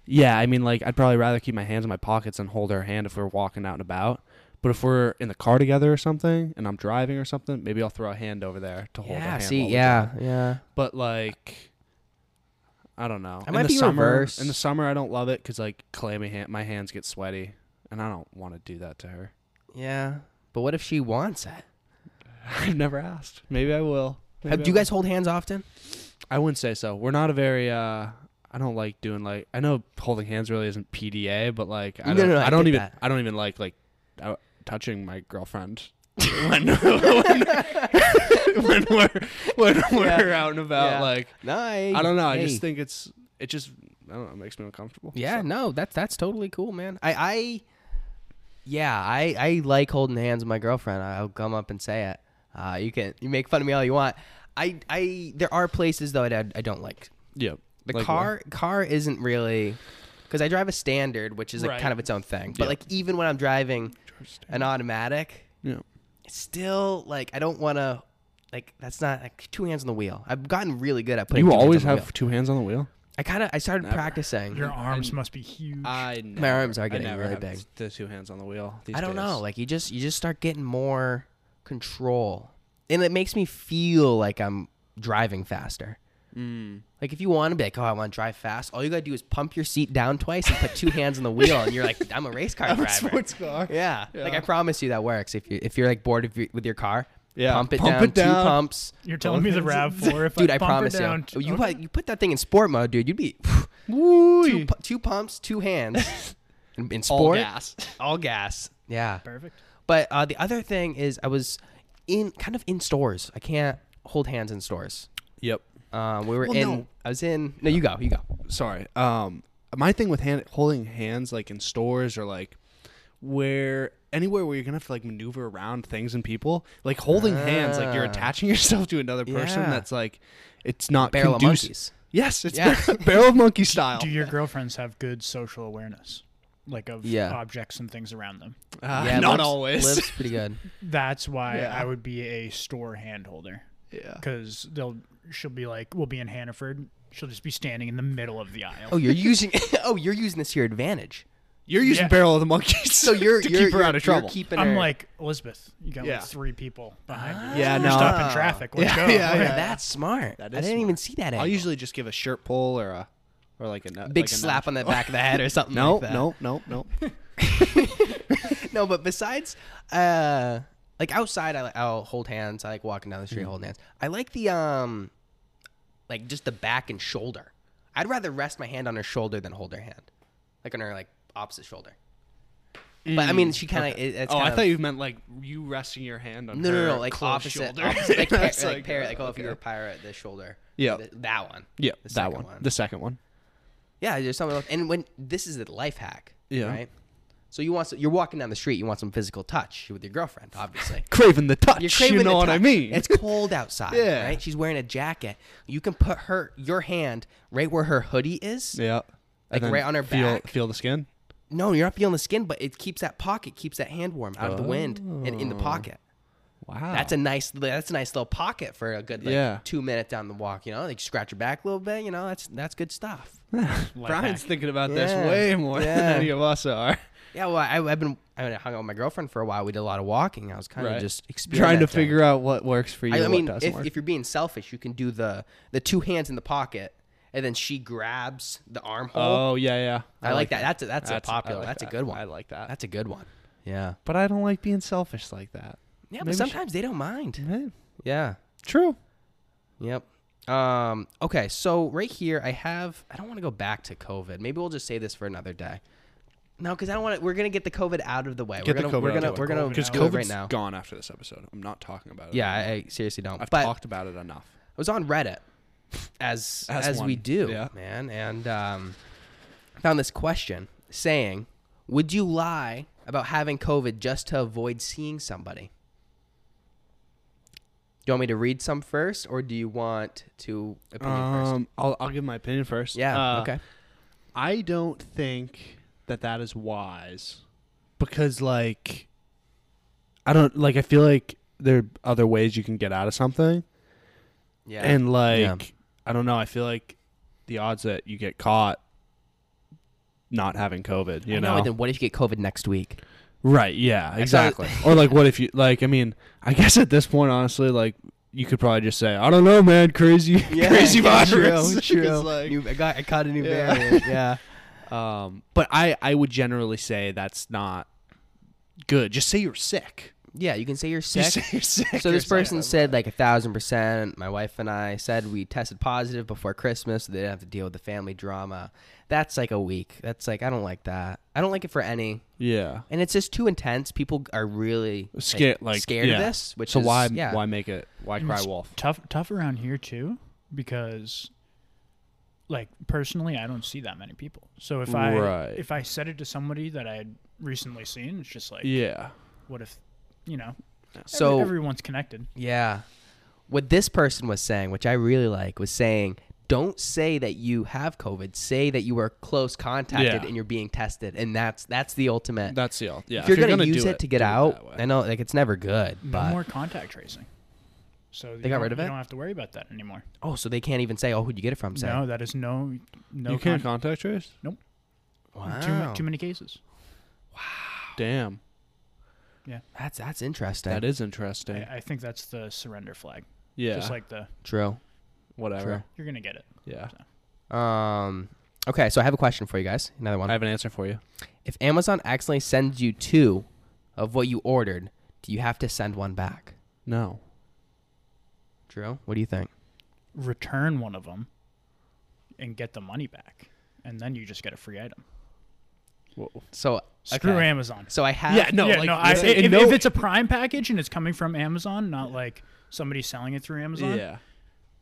Speaker 2: yeah, I mean like I'd probably rather keep my hands in my pockets and hold her hand if we're walking out and about. But if we're in the car together or something, and I'm driving or something, maybe I'll throw a hand over there to hold. a
Speaker 1: yeah,
Speaker 2: hand
Speaker 1: see,
Speaker 2: while we
Speaker 1: yeah,
Speaker 2: drive.
Speaker 1: yeah.
Speaker 2: But like, I don't know.
Speaker 1: I might
Speaker 2: in the
Speaker 1: be
Speaker 2: summer,
Speaker 1: reverse.
Speaker 2: In the summer, I don't love it because like clammy hand, my hands get sweaty, and I don't want to do that to her.
Speaker 1: Yeah. But what if she wants it?
Speaker 2: I've never asked. Maybe I will.
Speaker 1: Have,
Speaker 2: Maybe
Speaker 1: do you
Speaker 2: I
Speaker 1: guys hold hands often?
Speaker 2: will. I wouldn't say so. We're not a very. uh I don't like doing like. I know holding hands really isn't PDA, but like I
Speaker 1: No,
Speaker 2: don't.
Speaker 1: no, no,
Speaker 2: I,
Speaker 1: I
Speaker 2: don't
Speaker 1: get
Speaker 2: even.
Speaker 1: that.
Speaker 2: I don't even like like uh, touching my girlfriend. when, when, when we're when we're out and about
Speaker 1: Yeah.
Speaker 2: like
Speaker 1: No,
Speaker 2: I don't know. I just think it's it just I don't know. It makes me uncomfortable.
Speaker 1: Yeah,
Speaker 2: So.
Speaker 1: no, that's that's totally cool, man. I, I yeah, I I like holding hands with my girlfriend. I'll come up and say it. Uh, you can you make fun of me all you want. I I there are places though that I, I don't like.
Speaker 2: Yeah.
Speaker 1: The
Speaker 2: Like
Speaker 1: car car isn't really because I drive a standard, which is like
Speaker 3: Right.
Speaker 1: kind of its own thing. But
Speaker 2: Yeah.
Speaker 1: like even when I'm driving
Speaker 2: what?
Speaker 1: an automatic,
Speaker 2: Yeah.
Speaker 1: it's still like I don't want to. Like that's not like two hands on the wheel. I've gotten really good at putting.
Speaker 2: You
Speaker 1: two hands
Speaker 2: always
Speaker 1: on the
Speaker 2: have
Speaker 1: wheel.
Speaker 2: two hands on the wheel.
Speaker 1: I kind of I started
Speaker 2: Never.
Speaker 1: practicing.
Speaker 3: Your arms must be huge.
Speaker 2: I
Speaker 1: My arms are getting really big.
Speaker 2: The two hands on the wheel. These
Speaker 1: I don't
Speaker 2: days.
Speaker 1: know. Like you just you just start getting more control, and it makes me feel like I'm driving faster.
Speaker 2: Mm.
Speaker 1: Like if you want to be like, oh, I want to drive fast, all you gotta do is pump your seat down twice and put two hands on the wheel, and you're like, I'm a race car driver.
Speaker 2: car.
Speaker 1: Yeah. like
Speaker 2: Yeah.
Speaker 1: I promise you that works. If you if you're like bored of your, with your car,
Speaker 2: Yeah.
Speaker 1: pump it
Speaker 2: Pump
Speaker 1: down,
Speaker 2: it down.
Speaker 1: two pumps.
Speaker 3: You're telling me the Rav Four. If
Speaker 1: Dude,
Speaker 3: I,
Speaker 1: I,
Speaker 3: pump her
Speaker 1: promise
Speaker 3: down,
Speaker 1: you. You,
Speaker 3: okay.
Speaker 1: put, you put that thing in sport mode, dude. You'd be two,
Speaker 2: Woo.
Speaker 1: pu- two pumps, two hands, in, in sport,
Speaker 2: All gas.
Speaker 1: all gas. Yeah.
Speaker 3: perfect.
Speaker 1: But uh, the other thing is, I was in kind of in stores. I can't hold hands in stores.
Speaker 2: Yep.
Speaker 1: Um, we were
Speaker 2: Well,
Speaker 1: in.
Speaker 2: no.
Speaker 1: I was in. No, you go. You go.
Speaker 2: Sorry. Um, my thing with hand holding hands like in stores or like where anywhere where you're gonna have to like maneuver around things and people like holding hands like you're
Speaker 1: Ah.
Speaker 2: attaching yourself to another person
Speaker 1: Yeah.
Speaker 2: that's like it's not
Speaker 1: Barrel of
Speaker 2: conducive.
Speaker 1: monkeys.
Speaker 2: Yes, it's
Speaker 1: Yeah.
Speaker 2: bar- barrel of monkey style.
Speaker 3: Do your girlfriends have good social awareness, like of
Speaker 1: Yeah.
Speaker 3: objects and things around them?
Speaker 2: Uh,
Speaker 1: Yeah,
Speaker 2: not
Speaker 1: lips-
Speaker 2: always.
Speaker 1: Lips pretty good.
Speaker 3: That's why
Speaker 2: Yeah.
Speaker 3: I would be a store hand holder
Speaker 2: Yeah.
Speaker 3: because they'll she'll be like we'll be in Hannaford. She'll just be standing in the middle of the aisle.
Speaker 1: Oh, you're using. oh, you're using this to your advantage.
Speaker 2: You're using
Speaker 3: Yeah.
Speaker 2: barrel of the monkeys.
Speaker 1: So you're
Speaker 2: to
Speaker 1: you're,
Speaker 2: keep her
Speaker 1: you're-
Speaker 2: out of
Speaker 1: you're
Speaker 2: trouble.
Speaker 1: keeping
Speaker 3: I'm
Speaker 1: her-
Speaker 3: like Elizabeth. You got
Speaker 2: Yeah.
Speaker 3: like three people behind you.
Speaker 2: Yeah,
Speaker 3: You're
Speaker 2: no.
Speaker 3: stopping traffic. Let's
Speaker 2: Yeah,
Speaker 3: go.
Speaker 1: Oh,
Speaker 2: yeah.
Speaker 1: that's smart.
Speaker 2: That
Speaker 1: I
Speaker 2: is
Speaker 1: didn't even
Speaker 2: smart.
Speaker 1: see that.
Speaker 2: I'll
Speaker 1: angle.
Speaker 2: usually just give a shirt pull or a or like a nu-
Speaker 1: big
Speaker 2: like a
Speaker 1: slap on
Speaker 2: nudge.
Speaker 1: the back of the head or something.
Speaker 2: No,
Speaker 1: like that.
Speaker 2: no, no, no.
Speaker 1: no, but besides, uh, like outside, I, I'll hold hands. I like walking down the
Speaker 2: Mm-hmm.
Speaker 1: street holding hands. I like the um, like just the back and shoulder. I'd rather rest my hand on her shoulder than hold her hand, like on her like opposite shoulder. But I mean, she kind of.
Speaker 2: oh, I thought you meant like you resting your hand on
Speaker 1: No,
Speaker 2: her
Speaker 1: no, no, like
Speaker 2: close
Speaker 1: opposite,
Speaker 2: shoulder.
Speaker 1: opposite, like, par-
Speaker 2: It's uh,
Speaker 1: like, parrot, like oh, if
Speaker 2: okay.
Speaker 1: you were a pirate, the shoulder.
Speaker 2: Yeah.
Speaker 1: Th- that one.
Speaker 2: yeah,
Speaker 1: the
Speaker 2: that
Speaker 1: second
Speaker 2: one.
Speaker 1: one.
Speaker 2: the second one.
Speaker 1: Yeah, there's something. Else. And when this is a life hack,
Speaker 2: Yeah.
Speaker 1: right? So you want some, you're walking down the street, you want some physical touch with your girlfriend, obviously.
Speaker 2: Craving the touch.
Speaker 1: You're craving
Speaker 2: you know
Speaker 1: the
Speaker 2: what I
Speaker 1: touch.
Speaker 2: mean?
Speaker 1: It's cold outside,
Speaker 2: Yeah.
Speaker 1: right? She's wearing a jacket. You can put her your hand right where her hoodie is.
Speaker 2: yeah.
Speaker 1: Like,
Speaker 2: And then
Speaker 1: right on her
Speaker 2: feel,
Speaker 1: back.
Speaker 2: Feel the skin.
Speaker 1: No, you're not feeling the skin, but it keeps that pocket, keeps that hand warm out of the wind and in
Speaker 2: Oh.
Speaker 1: the pocket.
Speaker 2: Wow.
Speaker 1: That's a nice that's a nice little pocket for a good like
Speaker 2: Yeah.
Speaker 1: 2 minute down the walk, you know? Like scratch your back a little bit, you know? That's that's good stuff.
Speaker 2: Brian's thinking about this
Speaker 1: Yeah.
Speaker 2: way more
Speaker 1: Yeah.
Speaker 2: than any of us are.
Speaker 1: Yeah, well, I, I've been I mean, I hung out with my girlfriend for a while. We did a lot of walking. I was kind of
Speaker 2: Right.
Speaker 1: just
Speaker 2: Trying
Speaker 1: experimenting.
Speaker 2: to figure out what works for you.
Speaker 1: I, I
Speaker 2: and
Speaker 1: mean,
Speaker 2: what doesn't
Speaker 1: if,
Speaker 2: work.
Speaker 1: if you're being selfish, you can do the the two hands in the pocket, and then she grabs the armhole.
Speaker 2: Oh yeah, yeah.
Speaker 1: I, like that. That's a, that's, a popular.
Speaker 2: I like
Speaker 1: that's a
Speaker 2: that.
Speaker 1: good one.
Speaker 2: I like that.
Speaker 1: That's a good one. Yeah.
Speaker 2: But I don't like being selfish like that.
Speaker 1: Yeah,
Speaker 2: Maybe
Speaker 1: but
Speaker 2: she-
Speaker 1: sometimes they don't mind.
Speaker 2: Right.
Speaker 1: Yeah.
Speaker 2: True.
Speaker 1: Yep. Um, okay, so right here I have I don't want to go back to COVID. Maybe we'll just say this for another day. No, because I don't want to. We're gonna get the COVID out of the way.
Speaker 2: Get
Speaker 1: we're
Speaker 2: the
Speaker 1: gonna
Speaker 2: COVID
Speaker 1: we're
Speaker 2: out
Speaker 1: gonna
Speaker 2: of the
Speaker 1: we're
Speaker 2: way.
Speaker 1: gonna
Speaker 3: Because
Speaker 1: do
Speaker 2: COVID's
Speaker 1: it right now.
Speaker 2: gone after this episode. I'm not talking about it.
Speaker 1: Yeah, I, I seriously don't.
Speaker 2: I've
Speaker 1: but
Speaker 2: talked about it enough.
Speaker 1: I was on Reddit as as,
Speaker 2: As
Speaker 1: we
Speaker 2: one.
Speaker 1: do,
Speaker 2: Yeah.
Speaker 1: man, and um, found this question saying, "Would you lie about having COVID just to avoid seeing somebody?" Do you want me to read some first, or do you want to opinion first?
Speaker 2: Um, I'll, I'll give my opinion first.
Speaker 1: Yeah.
Speaker 2: Uh,
Speaker 1: okay.
Speaker 2: I don't think that that is wise because, like, I don't like. I feel like there are other ways you can get out of something,
Speaker 1: Yeah.
Speaker 2: and like,
Speaker 1: Yeah.
Speaker 2: I don't know. I feel like the odds that you get caught not having COVID, you
Speaker 1: I
Speaker 2: know,
Speaker 1: and Then what if you get COVID next week?
Speaker 2: right? Yeah,
Speaker 1: I saw-
Speaker 2: exactly. or like, what if you like? I mean, I guess at this point, honestly, like, you could probably just say, I don't know, man, crazy, crazy
Speaker 1: True.
Speaker 2: virus. 'Cause,
Speaker 1: true.
Speaker 2: like-
Speaker 1: New- I got. I caught a new
Speaker 2: Yeah.
Speaker 1: variant. Yeah.
Speaker 2: Um, but I, I would generally say that's not good. Just say you're sick.
Speaker 1: Yeah. You can say you're
Speaker 2: Just
Speaker 1: sick.
Speaker 2: say you're sick.
Speaker 1: So this
Speaker 2: or
Speaker 1: person
Speaker 2: something.
Speaker 1: said like a thousand percent. My wife and I said we tested positive before Christmas, so they didn't have to deal with the family drama. That's like a week. That's like I don't like that. I don't like it for any,
Speaker 2: yeah,
Speaker 1: and it's just too intense. People are really like,
Speaker 2: scared like
Speaker 1: scared of
Speaker 2: yeah.
Speaker 1: this, which
Speaker 2: so
Speaker 1: is
Speaker 2: why
Speaker 1: yeah.
Speaker 2: why make it? Why
Speaker 3: And
Speaker 2: cry
Speaker 3: it's
Speaker 2: wolf?
Speaker 3: Tough, tough around here too, because, like personally, I don't see that many people. So if I
Speaker 2: Right.
Speaker 3: if I said it to somebody that I had recently seen, it's just like,
Speaker 2: Yeah,
Speaker 3: what if, you know, every-
Speaker 1: So-
Speaker 3: everyone's connected.
Speaker 1: Yeah. What this person was saying, which I really like, was saying, don't say that you have COVID. Say that you were close contacted
Speaker 2: Yeah.
Speaker 1: and you're being tested, and that's that's the ultimate.
Speaker 2: that's the all. Yeah,
Speaker 1: if you're, gonna,
Speaker 2: do
Speaker 1: use it, to get
Speaker 2: do
Speaker 1: out,
Speaker 2: that way.
Speaker 1: I know like it's never good,
Speaker 3: No
Speaker 1: but
Speaker 3: more contact tracing. So
Speaker 1: They got rid of
Speaker 3: you
Speaker 1: it?
Speaker 3: don't have to worry about that anymore.
Speaker 1: oh, so they can't even say, oh, who'd you get it from? Say,
Speaker 3: No, that is no, no.
Speaker 2: you can't
Speaker 3: con-
Speaker 2: contact trace.
Speaker 1: wow,
Speaker 3: too, ma- too many cases.
Speaker 2: Damn,
Speaker 1: that's that's interesting.
Speaker 2: that is interesting.
Speaker 3: I, I think that's the surrender flag.
Speaker 2: yeah,
Speaker 3: Just like the
Speaker 1: true.
Speaker 2: whatever.
Speaker 3: you're gonna get it.
Speaker 2: Yeah,
Speaker 1: Um, okay, so I have a question for you guys. Another one.
Speaker 2: I have an answer for you.
Speaker 1: if Amazon accidentally sends you two of what you ordered, do you have to send one back?
Speaker 2: No,
Speaker 1: Drew, what do you think?
Speaker 3: Return one of them, and get the money back, and then you just get a free item.
Speaker 1: So
Speaker 3: Screw
Speaker 1: okay.
Speaker 3: Amazon.
Speaker 1: So I have
Speaker 2: Yeah, no,
Speaker 3: yeah,
Speaker 2: like,
Speaker 3: no, I,
Speaker 2: listen,
Speaker 3: if,
Speaker 2: no-
Speaker 3: if it's a Prime package and it's coming from Amazon, not like somebody selling it through Amazon,
Speaker 2: yeah.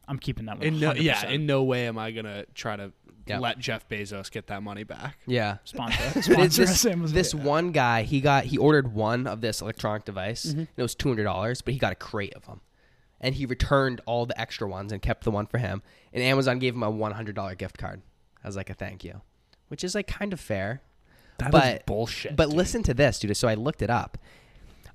Speaker 3: I'm keeping that one.
Speaker 2: In no, yeah, in no way am I gonna try to
Speaker 1: Yeah.
Speaker 2: let Jeff Bezos get that money back.
Speaker 1: Yeah.
Speaker 3: sponsor,
Speaker 1: But
Speaker 3: sponsor
Speaker 1: it's this
Speaker 3: us, Amazon.
Speaker 1: this one guy, he got he ordered one of this electronic device.
Speaker 2: Mm-hmm.
Speaker 1: And it was two hundred dollars, but he got a crate of them, and he returned all the extra ones and kept the one for him. And Amazon gave him a one hundred dollar gift card as like a thank you, which is like kind of fair.
Speaker 2: That is
Speaker 1: But-
Speaker 2: bullshit.
Speaker 1: But
Speaker 2: dude.
Speaker 1: listen to this, dude. So I looked it up.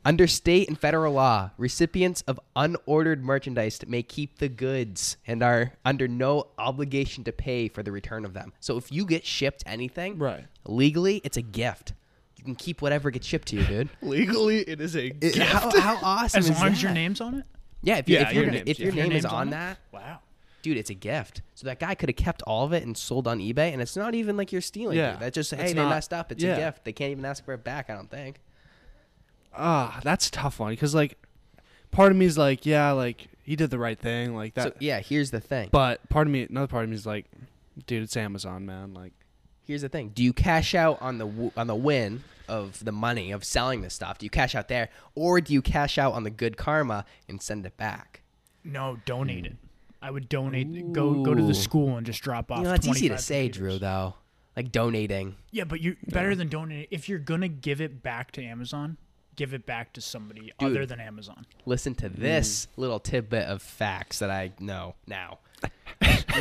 Speaker 1: Under state and federal law, recipients of unordered merchandise may keep the goods and are under no obligation to pay for the return of them. So if you get shipped anything,
Speaker 2: Right.
Speaker 1: legally, it's a gift. You can keep whatever gets shipped to you, dude.
Speaker 2: Legally, it is a
Speaker 1: It- how, how awesome
Speaker 3: as
Speaker 1: is
Speaker 3: long as your
Speaker 1: that?
Speaker 3: name's on it.
Speaker 1: yeah, if, you,
Speaker 2: Yeah,
Speaker 1: if, your,
Speaker 2: your
Speaker 1: na-
Speaker 2: name's-
Speaker 1: if
Speaker 2: yeah.
Speaker 1: your
Speaker 2: If
Speaker 1: name is
Speaker 3: name's
Speaker 1: on
Speaker 3: it?
Speaker 1: that,
Speaker 3: Wow.
Speaker 1: dude, it's a gift. So that guy could have kept all of it and sold on eBay, and it's not even like you're stealing.
Speaker 2: Yeah.
Speaker 1: dude. That's just
Speaker 2: It's
Speaker 1: hey, they
Speaker 2: not-
Speaker 1: messed up. It's
Speaker 2: yeah.
Speaker 1: a gift. They can't even ask for it back. I don't think.
Speaker 2: Ah, that's a tough one because like, part of me is like, yeah, like he did the right thing, like that.
Speaker 1: so yeah, here's the thing.
Speaker 2: But part of me, another part of me is like, dude, it's Amazon, man. Like,
Speaker 1: Here's the thing: Do you cash out on the w- on the win of the money of selling this stuff? Do you cash out there, or do you cash out on the good karma and send it back?
Speaker 3: No, donate it. I would donate. Go go to
Speaker 1: Ooh.
Speaker 3: the school and just drop off.
Speaker 1: Mm. you know, that's easy to
Speaker 3: 25
Speaker 1: say, Drew.
Speaker 3: computers.
Speaker 1: Though, like donating.
Speaker 3: Yeah, but you better than donate. If you're gonna give it back to Amazon, give it back to somebody other than Amazon.
Speaker 1: Listen
Speaker 3: Hmm.
Speaker 1: to this little tidbit of facts that I know now.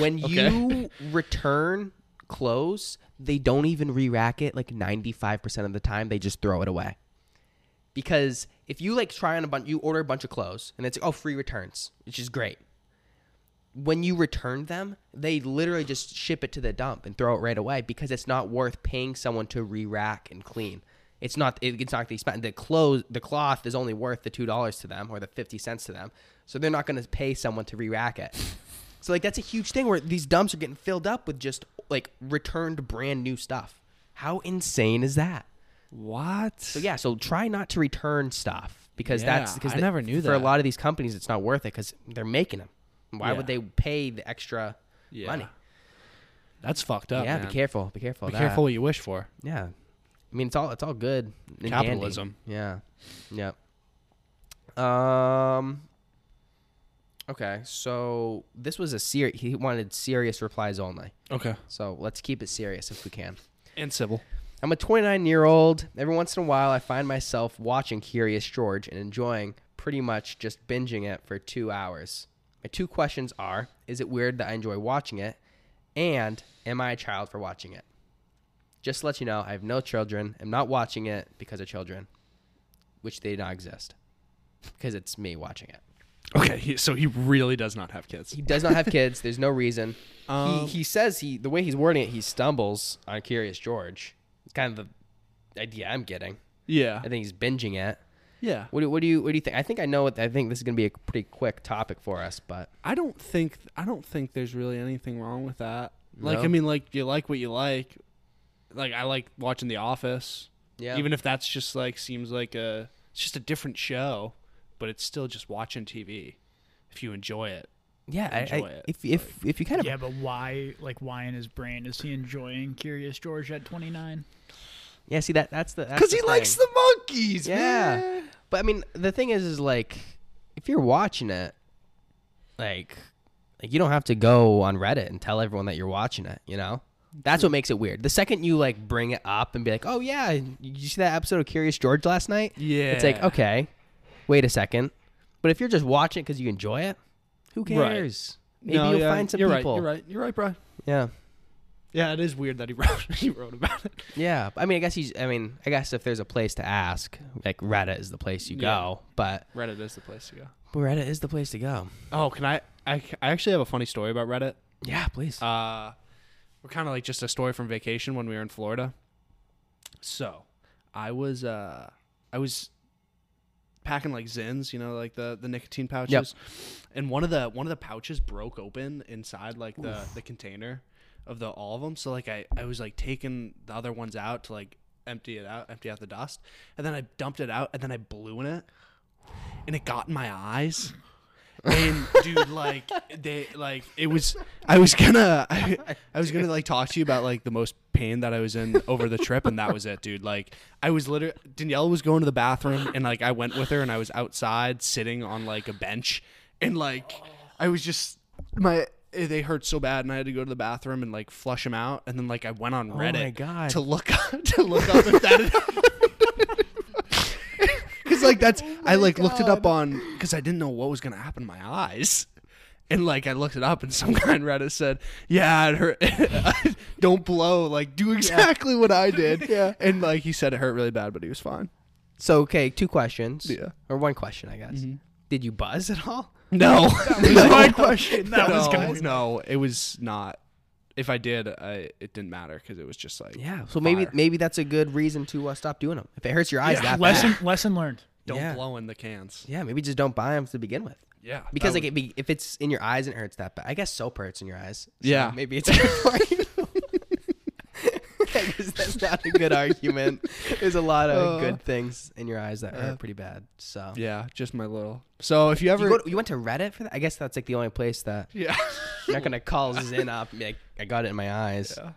Speaker 1: when you return clothes, they don't even re-rack it. Like ninety five percent of the time, they just throw it away. Because if you like try on a bunch, you order a bunch of clothes, and it's like, oh free returns, which is great. When you return them, they literally just ship it to the dump and throw it right away because it's not worth paying someone to re-rack and clean. It's not. It, it's not the expense. The clothes, the cloth is only worth the two dollars to them or the fifty cents to them, so they're not going to pay someone to re-rack it. So like that's a huge thing where these dumps are getting filled up with just like returned brand new stuff. How insane is that?
Speaker 2: What?
Speaker 1: So yeah, so try not to return stuff because that's
Speaker 2: Yeah,
Speaker 1: because
Speaker 2: I
Speaker 1: they-
Speaker 2: never knew
Speaker 1: for a
Speaker 2: that.
Speaker 1: lot of these companies it's not worth it because they're making them. Why
Speaker 2: Yeah.
Speaker 1: would they pay the extra
Speaker 2: Yeah.
Speaker 1: money?
Speaker 2: That's fucked up.
Speaker 1: yeah,
Speaker 2: man.
Speaker 1: be careful. Be careful. of
Speaker 2: Be
Speaker 1: that.
Speaker 2: careful what you wish for.
Speaker 1: Yeah, I mean it's all it's all good. and dandy.
Speaker 2: Capitalism.
Speaker 1: Yeah, yep. Um. Okay, so this was a serious. He wanted serious replies only.
Speaker 2: Okay.
Speaker 1: So let's keep it serious if we can.
Speaker 2: And civil.
Speaker 1: I'm a 29 year old. Every once in a while, I find myself watching Curious George and enjoying pretty much just binging it for two hours. My two questions are Is it weird that I enjoy watching it? And am I a child for watching it? Just to let you know, I have no children. I'm not watching it because of children, which they do not exist because it's me watching it.
Speaker 2: Okay. He, so he really does not have kids.
Speaker 1: He does not have kids. There's no reason.
Speaker 2: Um,
Speaker 1: he, he says he the way he's wording it, he stumbles on Curious George. It's kind of the idea I'm getting.
Speaker 2: Yeah.
Speaker 1: I think he's binging it.
Speaker 2: Yeah.
Speaker 1: What do, what do you what do you think? I think I know what I think this is going to be a pretty quick topic for us, but
Speaker 2: I don't think I don't think there's really anything wrong with that. Like
Speaker 1: No?
Speaker 2: I mean, like you like what you like. Like I like watching The Office.
Speaker 1: yeah.
Speaker 2: Even if that's just like seems like a it's just a different show, but it's still just watching TV. If you enjoy it,
Speaker 1: yeah, I, I,
Speaker 2: enjoy it,
Speaker 1: if if if you kind of
Speaker 3: Yeah, but why? Like, why in his brain is he enjoying Curious George at 29?
Speaker 1: yeah, see that that's the that's
Speaker 2: because he
Speaker 1: the
Speaker 2: likes
Speaker 1: thing.
Speaker 2: the monkeys.
Speaker 1: Yeah.
Speaker 2: man.
Speaker 1: But I mean, the thing is is like if you're watching it like like you don't have to go on Reddit and tell everyone that you're watching it, you know? That's what makes it weird. The second you like bring it up and be like, "Oh yeah, you see that episode of Curious George last night?"
Speaker 2: yeah.
Speaker 1: It's like, okay, wait a second. But if you're just watching it because you enjoy it, who
Speaker 2: Right.
Speaker 1: cares? Maybe
Speaker 2: No,
Speaker 1: you'll
Speaker 2: yeah,
Speaker 1: find some
Speaker 2: you're
Speaker 1: people.
Speaker 2: Right, you're right. You're right, Brian.
Speaker 1: Yeah.
Speaker 2: Yeah, it is weird that he wrote he wrote about it.
Speaker 1: Yeah. I mean, I guess he's, I mean, I guess if there's a place to ask, like Reddit is the place you go, but
Speaker 2: Reddit is the place to go.
Speaker 1: Reddit is the place to go.
Speaker 2: Oh, can I? I, I actually have a funny story about Reddit.
Speaker 1: Yeah, please.
Speaker 2: Uh, we're kind of like just a story from vacation when we were in Florida. So, I was uh, I was packing like Zins, you know, like the the nicotine pouches, and one of the one of the pouches broke open inside like the the container of the all of them. So like I I was like taking the other ones out to like empty it out, empty out the dust, and then I dumped it out, and then I blew in it, and it got in my eyes. and dude like they like it was i was gonna I, I was gonna like talk to you about like the most pain that i was in over the trip and that was it dude like i was literally danielle was going to the bathroom and like i went with her and i was outside sitting on like a bench and like i was just my eh, they hurt so bad and i had to go to the bathroom and like flush them out and then like i went on reddit
Speaker 1: God.
Speaker 2: to look up to look up if that had Cause like
Speaker 3: Oh
Speaker 2: that's I like looked it up on because I didn't know what was gonna happen to my eyes, and like I looked it up and some guy on Reddit said, "Yeah, it hurt. don't blow. Like do exactly what I did." Yeah, and like he said it hurt really bad, but he was fine.
Speaker 1: so, okay, two questions.
Speaker 2: Yeah.
Speaker 1: Or one question, I guess. Did you buzz at all?
Speaker 2: No,
Speaker 3: That's my question. That
Speaker 2: no,
Speaker 3: was gonna be
Speaker 2: no, it was not. If I did, I it didn't matter because it was just like
Speaker 1: Yeah. So maybe
Speaker 2: fire.
Speaker 1: maybe that's a good reason to uh, stop doing them. If it hurts your eyes, that bad.
Speaker 3: lesson. Lesson learned.
Speaker 2: don't
Speaker 1: Yeah.
Speaker 2: blow in the cans.
Speaker 1: Yeah, maybe just don't buy them to begin with.
Speaker 2: Yeah,
Speaker 1: Because
Speaker 2: that
Speaker 1: like it be, if it's in your eyes and it hurts that bad, I guess soap hurts in your eyes. So
Speaker 2: Yeah.
Speaker 1: maybe it's good for you. I guess that's not a good argument. There's a lot of
Speaker 2: Uh,
Speaker 1: good things in your eyes that
Speaker 2: uh,
Speaker 1: hurt pretty bad. So
Speaker 2: was- yeah, just my little. So if you
Speaker 1: you,
Speaker 2: ever
Speaker 1: go to- you went to Reddit for that? I guess that's like the only place that
Speaker 2: yeah.
Speaker 1: you're not gonna call Zin up and be like, I got it in my eyes.
Speaker 2: Yeah.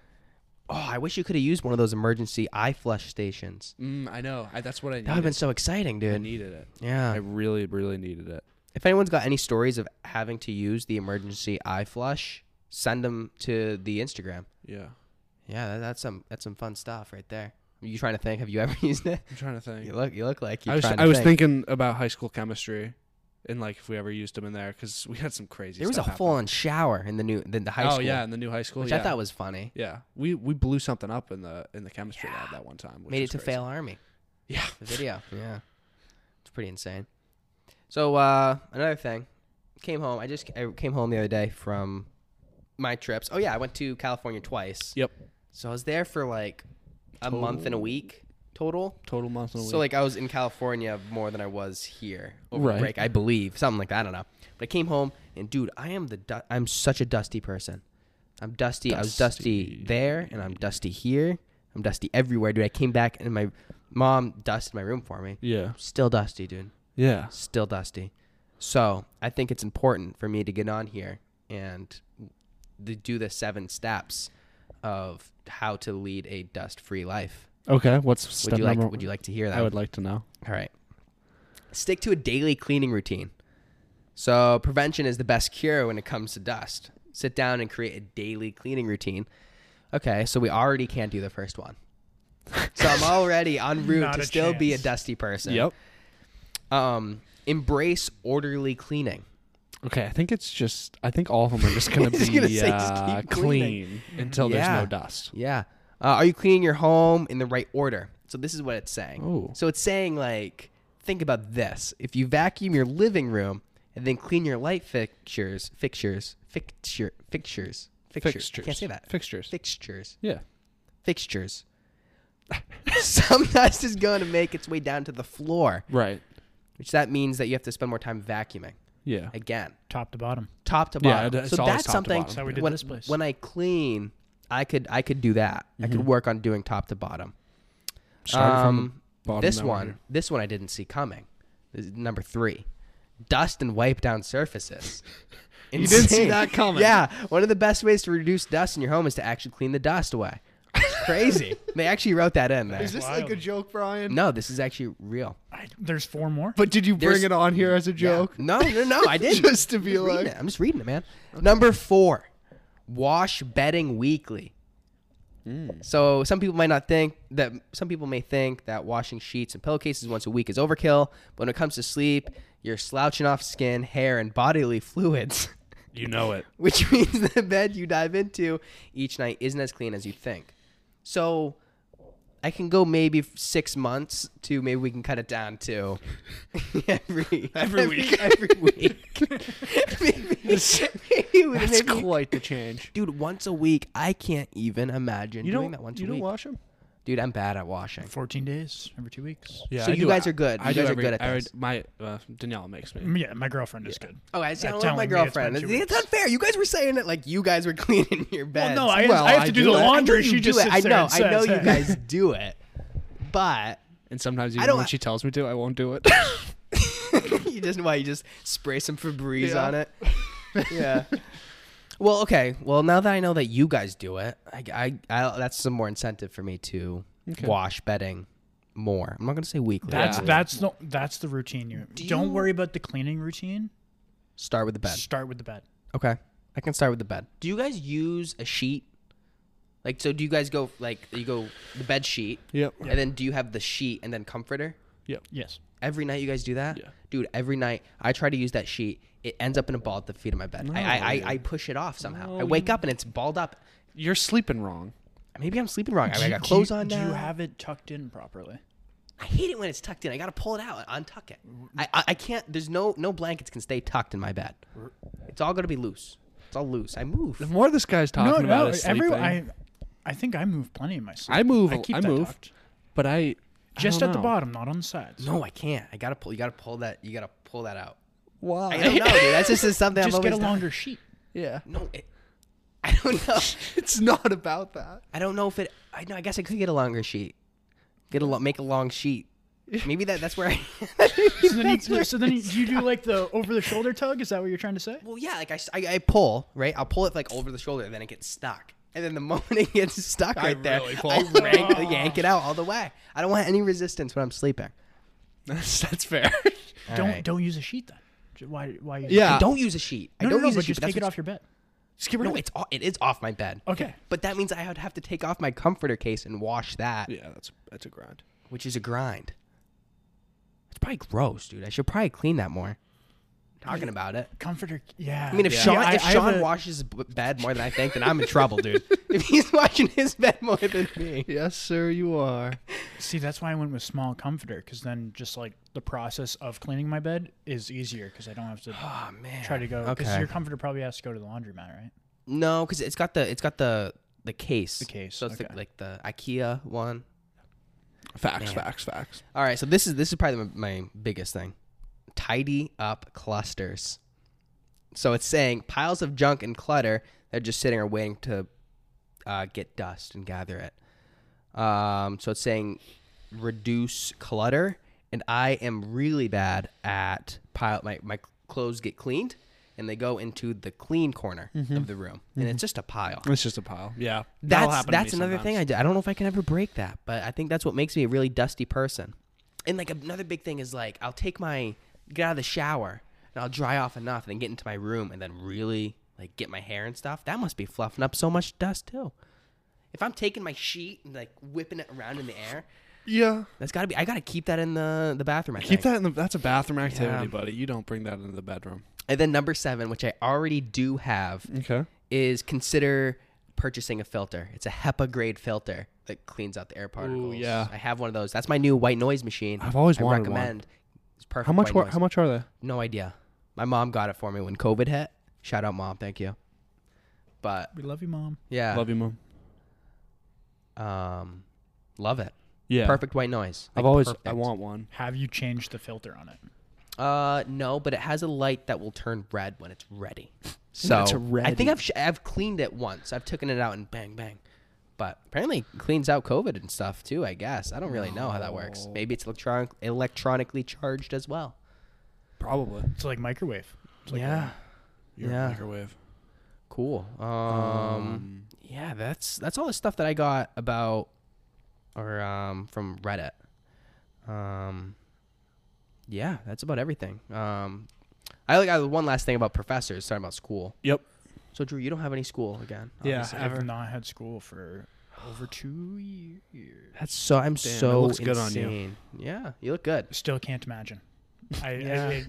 Speaker 1: Oh, I wish you could have used one of those emergency eye flush stations.
Speaker 2: Mm, I know. I, that's what I
Speaker 1: That would have been so exciting,
Speaker 2: I
Speaker 1: dude.
Speaker 2: needed it. I
Speaker 1: Yeah.
Speaker 2: really, really needed it.
Speaker 1: If anyone's got any stories of having to use the emergency eye flush, send them to the Instagram.
Speaker 2: Yeah.
Speaker 1: Yeah, that, that's some that's some fun stuff right there. Are you trying to think? Have you ever used it?
Speaker 2: I'm trying to think.
Speaker 1: You look you look like you.
Speaker 2: I was
Speaker 1: trying
Speaker 2: I
Speaker 1: to
Speaker 2: was
Speaker 1: think.
Speaker 2: thinking about high school chemistry, and like if we ever used them in there because we had some crazy.
Speaker 1: There was a
Speaker 2: stuff
Speaker 1: full on shower in the new the, the high
Speaker 2: happen.
Speaker 1: school.
Speaker 2: Oh yeah, in the new high school.
Speaker 1: which
Speaker 2: yeah.
Speaker 1: I thought was funny.
Speaker 2: yeah, we we blew something up in the in the chemistry lab that one time. Which
Speaker 1: Made
Speaker 2: was
Speaker 1: it to
Speaker 2: crazy.
Speaker 1: fail army.
Speaker 2: Yeah.
Speaker 1: The video. yeah, it's pretty insane. So uh, another thing, came home. I just I came home the other day from my trips. Oh yeah, I went to California twice.
Speaker 2: Yep.
Speaker 1: So I was there for like a month and a week total.
Speaker 2: Total month and a week.
Speaker 1: So like I was in California more than I was here over
Speaker 2: Right.
Speaker 1: the break, I believe, something like that. I don't know. But I came home and dude, I am the du- I'm such a dusty person. I'm dusty. I was dusty
Speaker 2: Dusty.
Speaker 1: there, and I'm dusty here. I'm dusty everywhere, dude. I came back and my mom dusted my room for me.
Speaker 2: Yeah.
Speaker 1: Still dusty, dude.
Speaker 2: Yeah.
Speaker 1: Still dusty. So I think it's important for me to get on here and to do the seven steps of how to lead a dust-free life.
Speaker 2: Okay. What's step
Speaker 1: Would you
Speaker 2: number?
Speaker 1: like? Would you like to hear that?
Speaker 2: I would like to know.
Speaker 1: All right. Stick to a daily cleaning routine. So, prevention is the best cure when it comes to dust. Sit down and create a daily cleaning routine. Okay, so we already can't do the first one. So, I'm already en route
Speaker 3: Not
Speaker 1: to
Speaker 3: a
Speaker 1: still be a
Speaker 3: chance.
Speaker 1: dusty person. Um, embrace orderly cleaning.
Speaker 2: Okay. I think it's just. I think all of them are just gonna
Speaker 1: Just
Speaker 2: be
Speaker 1: gonna say, just
Speaker 2: uh,
Speaker 1: keep cleaning.
Speaker 2: clean until
Speaker 1: Yeah.
Speaker 2: there's no dust.
Speaker 1: Yeah. Uh, are you cleaning your home in the right order? So this is what it's saying.
Speaker 2: Oh.
Speaker 1: So it's saying like, think about this: if you vacuum your living room and then clean your light fixtures, fixtures, fixture, fixtures, fixtures, I
Speaker 2: Fixtures.
Speaker 1: can't say that.
Speaker 2: Fixtures.
Speaker 1: Fixtures,
Speaker 2: yeah.
Speaker 1: fixtures. Some dust is going to make its way down to the floor,
Speaker 2: Right.
Speaker 1: which that means that you have to spend more time vacuuming
Speaker 2: Yeah.
Speaker 1: again
Speaker 3: top to bottom.
Speaker 1: top to
Speaker 2: Yeah,
Speaker 1: bottom.
Speaker 2: it-
Speaker 1: so
Speaker 2: it's always
Speaker 1: that's
Speaker 2: top to
Speaker 1: something.
Speaker 2: bottom. That's
Speaker 3: how we did
Speaker 1: when,
Speaker 3: this place.
Speaker 1: when I clean, I could I could do that. I
Speaker 2: Mm-hmm.
Speaker 1: could work on doing top to bottom.
Speaker 2: Started from the
Speaker 1: Um,
Speaker 2: bottom
Speaker 1: this
Speaker 2: that we're
Speaker 1: one,
Speaker 2: here.
Speaker 1: this one I didn't see coming. This is number three, dust and wipe down surfaces.
Speaker 2: You didn't see
Speaker 1: Insane.
Speaker 2: that coming.
Speaker 1: Yeah, one of the best ways to reduce dust in your home is to actually clean the dust away. It's crazy. they actually wrote that in there.
Speaker 2: Is this
Speaker 3: Wild.
Speaker 2: like a joke, Brian?
Speaker 1: No, this is actually real.
Speaker 3: I, there's four more.
Speaker 2: But did you
Speaker 1: There's-
Speaker 2: bring it on here as a
Speaker 1: Yeah.
Speaker 2: joke?
Speaker 1: No, no, no, I didn't.
Speaker 2: Just to be
Speaker 1: I'm reading
Speaker 2: like-
Speaker 1: it. I'm just reading it, man. Number four, wash bedding weekly. So some people might not think that some people may think that washing sheets and pillowcases once a week is overkill, but when it comes to sleep, you're slouching off skin, hair, and bodily fluids,
Speaker 2: You know it.
Speaker 1: which means the bed you dive into each night isn't as clean as you think. So I can go maybe six months to maybe we can cut it down to every
Speaker 2: Every week.
Speaker 1: every week. maybe, maybe, we-
Speaker 2: That's
Speaker 1: maybe-
Speaker 2: quite the change.
Speaker 1: dude. Once a week, I can't even imagine
Speaker 2: You
Speaker 1: doing
Speaker 2: don't.
Speaker 1: that once
Speaker 2: you
Speaker 1: a
Speaker 2: don't
Speaker 1: week.
Speaker 2: wash them.
Speaker 1: Dude, I'm bad at washing.
Speaker 3: 14 days every two weeks.
Speaker 2: Yeah.
Speaker 1: So you
Speaker 2: do-
Speaker 1: guys are good. You
Speaker 2: do
Speaker 1: guys are
Speaker 2: every-
Speaker 1: good at
Speaker 2: I would-
Speaker 1: this.
Speaker 2: My uh, Danielle makes me.
Speaker 3: Mm, Yeah, my girlfriend is good.
Speaker 1: Oh, I see. I
Speaker 3: That's
Speaker 1: don't love my
Speaker 3: telling me it's been
Speaker 1: girlfriend. It's,
Speaker 3: two weeks.
Speaker 1: unfair. You guys were saying it like you guys were cleaning your bed.
Speaker 3: no, I- I have to do the laundry. She just
Speaker 1: it.
Speaker 3: sits
Speaker 1: I
Speaker 3: there
Speaker 1: know.
Speaker 3: and
Speaker 1: I know
Speaker 3: says,
Speaker 1: you
Speaker 3: "Hey."
Speaker 1: guys do it, but
Speaker 2: And sometimes
Speaker 1: I
Speaker 2: even
Speaker 1: don't-
Speaker 2: when she tells me to, I won't do it.
Speaker 1: you just why you just spray some Febreze
Speaker 2: Yeah.
Speaker 1: on it. Yeah. well, okay. Well, now that I know that you guys do it, I, I, I that's some more incentive for me to
Speaker 2: Okay.
Speaker 1: wash bedding more. I'm not gonna say weekly.
Speaker 3: That's
Speaker 2: Yeah.
Speaker 3: that's the that's the routine you.
Speaker 1: Do
Speaker 3: Do not
Speaker 1: you-
Speaker 3: worry about the cleaning routine.
Speaker 1: start with the bed.
Speaker 3: Start with the bed.
Speaker 1: Okay, I can start with the bed. Do you guys use a sheet? Like, so do you guys go like you go the bed sheet,
Speaker 2: yep.
Speaker 1: and then do you have the sheet and then comforter?
Speaker 3: Yes.
Speaker 1: Every night you guys do that?
Speaker 2: Yeah.
Speaker 1: Dude, every night I try to use that sheet. It ends up in a ball at the feet of my bed. I, I, I, I push it off somehow. I wake up and it's balled up.
Speaker 2: You're sleeping wrong.
Speaker 1: Maybe I'm sleeping wrong. I, I
Speaker 3: Do-
Speaker 1: got
Speaker 3: do
Speaker 1: clothes
Speaker 3: you-
Speaker 1: on
Speaker 3: Do
Speaker 1: now.
Speaker 3: you have it tucked in properly?
Speaker 1: I hate it when it's tucked in. I gotta pull it out and untuck it. I, I, I can't. There's no no blankets can stay tucked in my bed. It's all gonna be loose. It's all loose. I
Speaker 2: The
Speaker 1: move.
Speaker 2: more this guy's talking about is
Speaker 3: every-
Speaker 2: sleeping,
Speaker 3: I, I think I move plenty in my sleep.
Speaker 2: I move-
Speaker 3: I keep
Speaker 2: I
Speaker 3: that
Speaker 2: move.
Speaker 3: tucked.
Speaker 2: but I I
Speaker 3: Just
Speaker 2: don't
Speaker 3: at the
Speaker 2: know.
Speaker 3: bottom, not on the sides.
Speaker 1: No, I can't. I gotta pull. You gotta pull that. You gotta pull that out. I don't
Speaker 2: Why?
Speaker 1: know, dude. That's just is something I've
Speaker 3: Just
Speaker 1: always
Speaker 3: get a
Speaker 1: done.
Speaker 3: longer sheet.
Speaker 2: yeah.
Speaker 1: No, it, I don't know.
Speaker 2: It's not about that.
Speaker 1: I don't know if it. I know. I guess I could get a longer sheet. Get a lo- make a long sheet. Maybe that that's where I.
Speaker 3: So then, you, so then you, you do like the over the shoulder tug. Is that what you're trying to say?
Speaker 1: well, yeah. Like I, s- I- I pull right. I'll pull it like over the shoulder, and then it gets stuck. And then the moment it gets stuck right there,
Speaker 2: really pull.
Speaker 1: I rank, yank it out all the way. I don't want any resistance when I'm sleeping.
Speaker 2: That's that's fair.
Speaker 3: don't
Speaker 1: right.
Speaker 3: don't use a sheet then. Ju- Why why? Use
Speaker 2: Yeah.
Speaker 1: I don't use a sheet.
Speaker 3: A sheet?
Speaker 1: I
Speaker 3: Uh, No, no,
Speaker 1: don't
Speaker 3: no,
Speaker 1: use a
Speaker 3: but
Speaker 1: sheet.
Speaker 3: just
Speaker 1: but
Speaker 3: take it
Speaker 1: that's
Speaker 3: off your bed.
Speaker 1: Just get rid no, it's o- it is off my bed.
Speaker 3: Okay.
Speaker 1: But that means I would have to take off my comforter case and wash that,
Speaker 2: yeah, that's that's a grind.
Speaker 1: which is a grind. It's probably gross, dude. I should probably clean that more. Talking about it.
Speaker 3: Comforter. Yeah.
Speaker 1: I mean, if
Speaker 2: Yeah.
Speaker 1: Sean
Speaker 3: I-
Speaker 1: if
Speaker 3: I have
Speaker 1: Sean
Speaker 3: a-
Speaker 1: washes his b- bed more than I think, then I'm in trouble, dude. if he's washing his bed more than me,
Speaker 2: Yes, sir, you are.
Speaker 3: See, that's why I went with small comforter because then just like the process of cleaning my bed is easier because I don't have to
Speaker 1: oh man.
Speaker 3: try to go. Because
Speaker 1: Okay.
Speaker 3: your comforter probably has to go to the laundromat, right?
Speaker 1: no, because it's got the it's got the the case. The
Speaker 3: case,
Speaker 1: So it's the,
Speaker 3: okay.
Speaker 1: like the IKEA one.
Speaker 2: Facts, facts, facts.
Speaker 1: All right. So this is this is probably my, my biggest thing. Tidy up clusters. So it's saying piles of junk and clutter that are just sitting or waiting to uh, get dust and gather it. Um, so it's saying reduce clutter, and I am really bad at pile. My my clothes get cleaned, and they go into the clean corner of the room, and it's just a pile.
Speaker 2: It's just a pile. Yeah. That'll
Speaker 1: That's
Speaker 2: happen to me
Speaker 1: that's another thing I
Speaker 2: sometimes.
Speaker 1: do. I don't know if I can ever break that, but I think that's what makes me a really dusty person. And like another big thing is like I'll take my get out of the shower and I'll dry off enough and then get into my room and then really like get my hair and stuff. That must be fluffing up so much dust too. If I'm taking my sheet and like whipping it around in the air,
Speaker 2: Yeah.
Speaker 1: that's gotta be I gotta keep that in the the bathroom. I think.
Speaker 2: Keep that in the. That's a bathroom
Speaker 1: Yeah.
Speaker 2: activity, buddy. You don't bring that into the bedroom.
Speaker 1: And then number seven, which I already do have,
Speaker 2: Okay.
Speaker 1: is consider purchasing a filter. It's a HEPA grade filter that cleans out the air particles.
Speaker 2: yeah.
Speaker 1: I have one of those. That's my new white noise machine.
Speaker 2: I've always
Speaker 1: I
Speaker 2: wanted one.
Speaker 1: recommend. It's perfect.
Speaker 2: How much?
Speaker 1: White
Speaker 2: wa-
Speaker 1: noise.
Speaker 2: How much are they?
Speaker 1: No idea. My mom got it for me when COVID hit. Shout out mom, thank you. But
Speaker 3: We love you, mom.
Speaker 1: yeah,
Speaker 2: Love you, mom.
Speaker 1: um, love it.
Speaker 2: Yeah.
Speaker 1: Perfect white noise.
Speaker 2: I've
Speaker 1: Like,
Speaker 2: always. I
Speaker 1: perfect.
Speaker 2: want one.
Speaker 3: Have you changed the filter on it?
Speaker 1: Uh, no, but it has a light that will turn red when it's ready. So
Speaker 2: it's
Speaker 1: I think
Speaker 2: ready.
Speaker 1: I've sh- I've cleaned it once. I've taken it out and bang bang. But apparently it cleans out COVID and stuff too. I guess I don't really know how that works. Maybe it's electronic electronically charged as well.
Speaker 2: Probably.
Speaker 3: It's like microwave. It's like uh,
Speaker 1: yeah,
Speaker 2: Your
Speaker 1: Yeah.
Speaker 2: Microwave.
Speaker 1: cool. Um, yeah, that's that's all the stuff that I got about or um from Reddit. Um, yeah, that's about everything. Um, I like I have one last thing about professors talking about school.
Speaker 2: Yep.
Speaker 1: So Drew, you don't have any school again.
Speaker 2: Yeah.
Speaker 3: obviously, I've
Speaker 2: ever.
Speaker 3: not had school for over two years.
Speaker 1: Oh, That's so I'm
Speaker 2: it
Speaker 1: so
Speaker 2: looks good on you.
Speaker 1: insane. Yeah, you look good.
Speaker 3: Still can't imagine. I,
Speaker 1: Yeah.
Speaker 3: I, I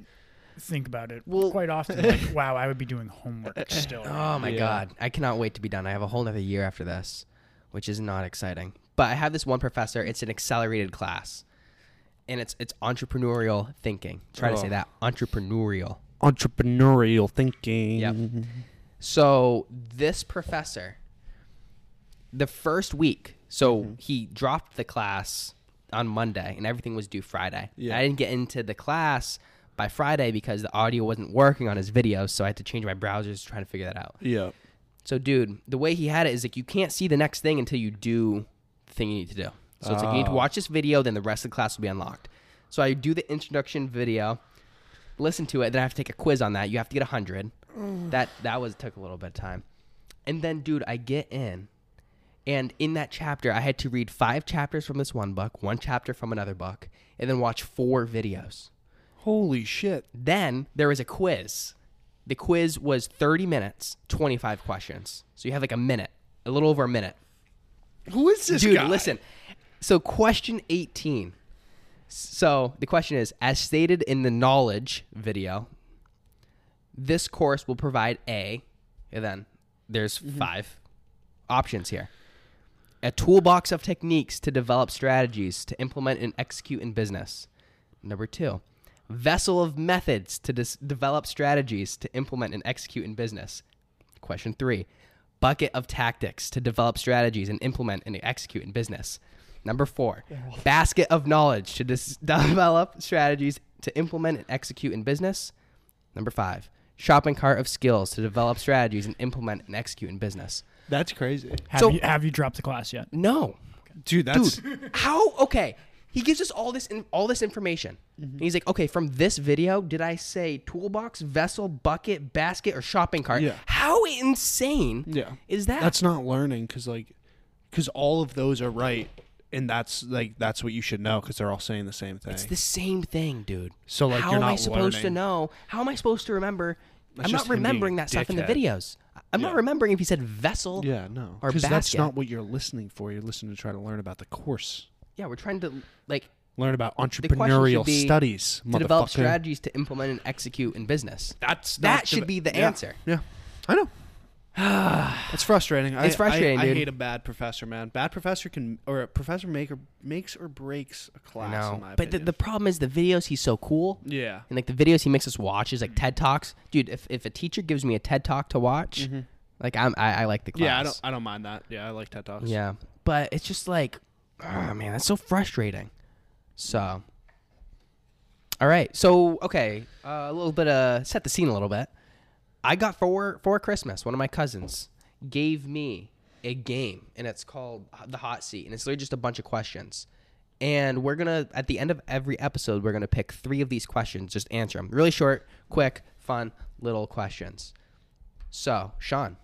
Speaker 3: think about it
Speaker 1: Well-
Speaker 3: quite often. Like, wow, I would be doing homework still.
Speaker 1: Oh my
Speaker 2: Yeah.
Speaker 1: god. I cannot wait to be done. I have a whole nother year after this, which is not exciting. But I have this one professor, it's an accelerated class. And it's it's entrepreneurial thinking. Try to say
Speaker 2: Oh.
Speaker 1: that. Entrepreneurial.
Speaker 2: Entrepreneurial thinking.
Speaker 1: Yep. So this professor, the first week, so he dropped the class on Monday, and everything was due Friday.
Speaker 2: Yeah.
Speaker 1: I didn't get into the class by Friday because the audio wasn't working on his videos, so I had to change my browsers trying to figure that out.
Speaker 2: Yeah.
Speaker 1: So, dude, the way he had it is like you can't see the next thing until you do the thing you need to do. So it's like you need to
Speaker 2: Oh.
Speaker 1: watch this video, then the rest of the class will be unlocked. So I do the introduction video, listen to it, then I have to take a quiz on that. You have to get hundred. that that was took a little bit of time. And then, dude, I get in, and in that chapter, I had to read five chapters from this one book, one chapter from another book, and then watch four videos.
Speaker 2: Holy shit.
Speaker 1: Then there was a quiz. The quiz was 30 minutes, 25 questions. So you have like a minute, a little over a minute.
Speaker 2: Who is this
Speaker 1: Dude,
Speaker 2: guy?
Speaker 1: listen. So question 18. So the question is, as stated in the knowledge video, this course will provide a, and then there's
Speaker 2: Mm-hmm.
Speaker 1: five options here. A toolbox of techniques to develop strategies to implement and execute in business. Number two, vessel of methods to dis- develop strategies to implement and execute in business. Question three, bucket of tactics to develop strategies and implement and execute in business. Number four, basket of knowledge to dis- develop strategies to implement and execute in business. Number five, shopping cart of skills to develop strategies and implement and execute in business.
Speaker 2: That's crazy.
Speaker 3: Have,
Speaker 1: So-
Speaker 3: you, have you dropped the class yet?
Speaker 1: No,
Speaker 2: Dude, that's
Speaker 1: dude how okay he gives us all this in, all this information
Speaker 2: Mm-hmm.
Speaker 1: And he's like okay from this video did i say toolbox vessel bucket basket or shopping cart
Speaker 2: Yeah.
Speaker 1: how insane
Speaker 2: Yeah.
Speaker 1: is that
Speaker 2: That's not learning cuz like cuz all of those are right and that's like that's what you should know cuz they're all saying the same thing.
Speaker 1: it's the same thing dude
Speaker 2: So, like,
Speaker 1: how
Speaker 2: you're
Speaker 1: am i
Speaker 2: not
Speaker 1: supposed to
Speaker 2: learning.
Speaker 1: know how am i supposed to remember i'm
Speaker 2: just
Speaker 1: not
Speaker 2: him being
Speaker 1: remembering
Speaker 2: a
Speaker 1: that stuff in the
Speaker 2: dickhead.
Speaker 1: videos I- i'm not
Speaker 2: Yeah.
Speaker 1: remembering if he said vessel
Speaker 2: yeah, no.
Speaker 1: or
Speaker 2: Cuz that's
Speaker 1: basket
Speaker 2: not what you're listening for. You're listening to try to learn about the course.
Speaker 1: yeah we're trying to like
Speaker 2: Learn about
Speaker 1: question should
Speaker 2: entrepreneurial
Speaker 1: be
Speaker 2: studies,
Speaker 1: to develop
Speaker 2: motherfucker.
Speaker 1: strategies to implement and execute in business
Speaker 2: That's
Speaker 1: That
Speaker 2: not
Speaker 1: should be the
Speaker 2: yeah.
Speaker 1: answer.
Speaker 2: Yeah, I know. it's frustrating. I,
Speaker 1: It's frustrating,
Speaker 2: I, I
Speaker 1: dude.
Speaker 2: hate a bad professor, man. Bad professor can or a professor make or makes or breaks a class. In my
Speaker 1: but the, the problem is the videos he's so cool
Speaker 2: the yeah,
Speaker 1: and like the videos he makes us watch is like TED talks, dude. If, if a teacher gives me a TED talk to watch, like I'm I, I like the class.
Speaker 2: Mm-hmm. yeah, I don't I don't mind that. Yeah, I like TED talks.
Speaker 1: Yeah, but it's just like, oh man, that's so frustrating. So, all right, so okay, uh, a little bit of set the scene a little bit. I got for for Christmas, one of my cousins gave me a game, and it's called the hot seat, and it's literally just a bunch of questions. And we're gonna at the end of every episode, we're gonna pick three of these questions, just answer them. Really short, quick, fun, little questions. So, Sean,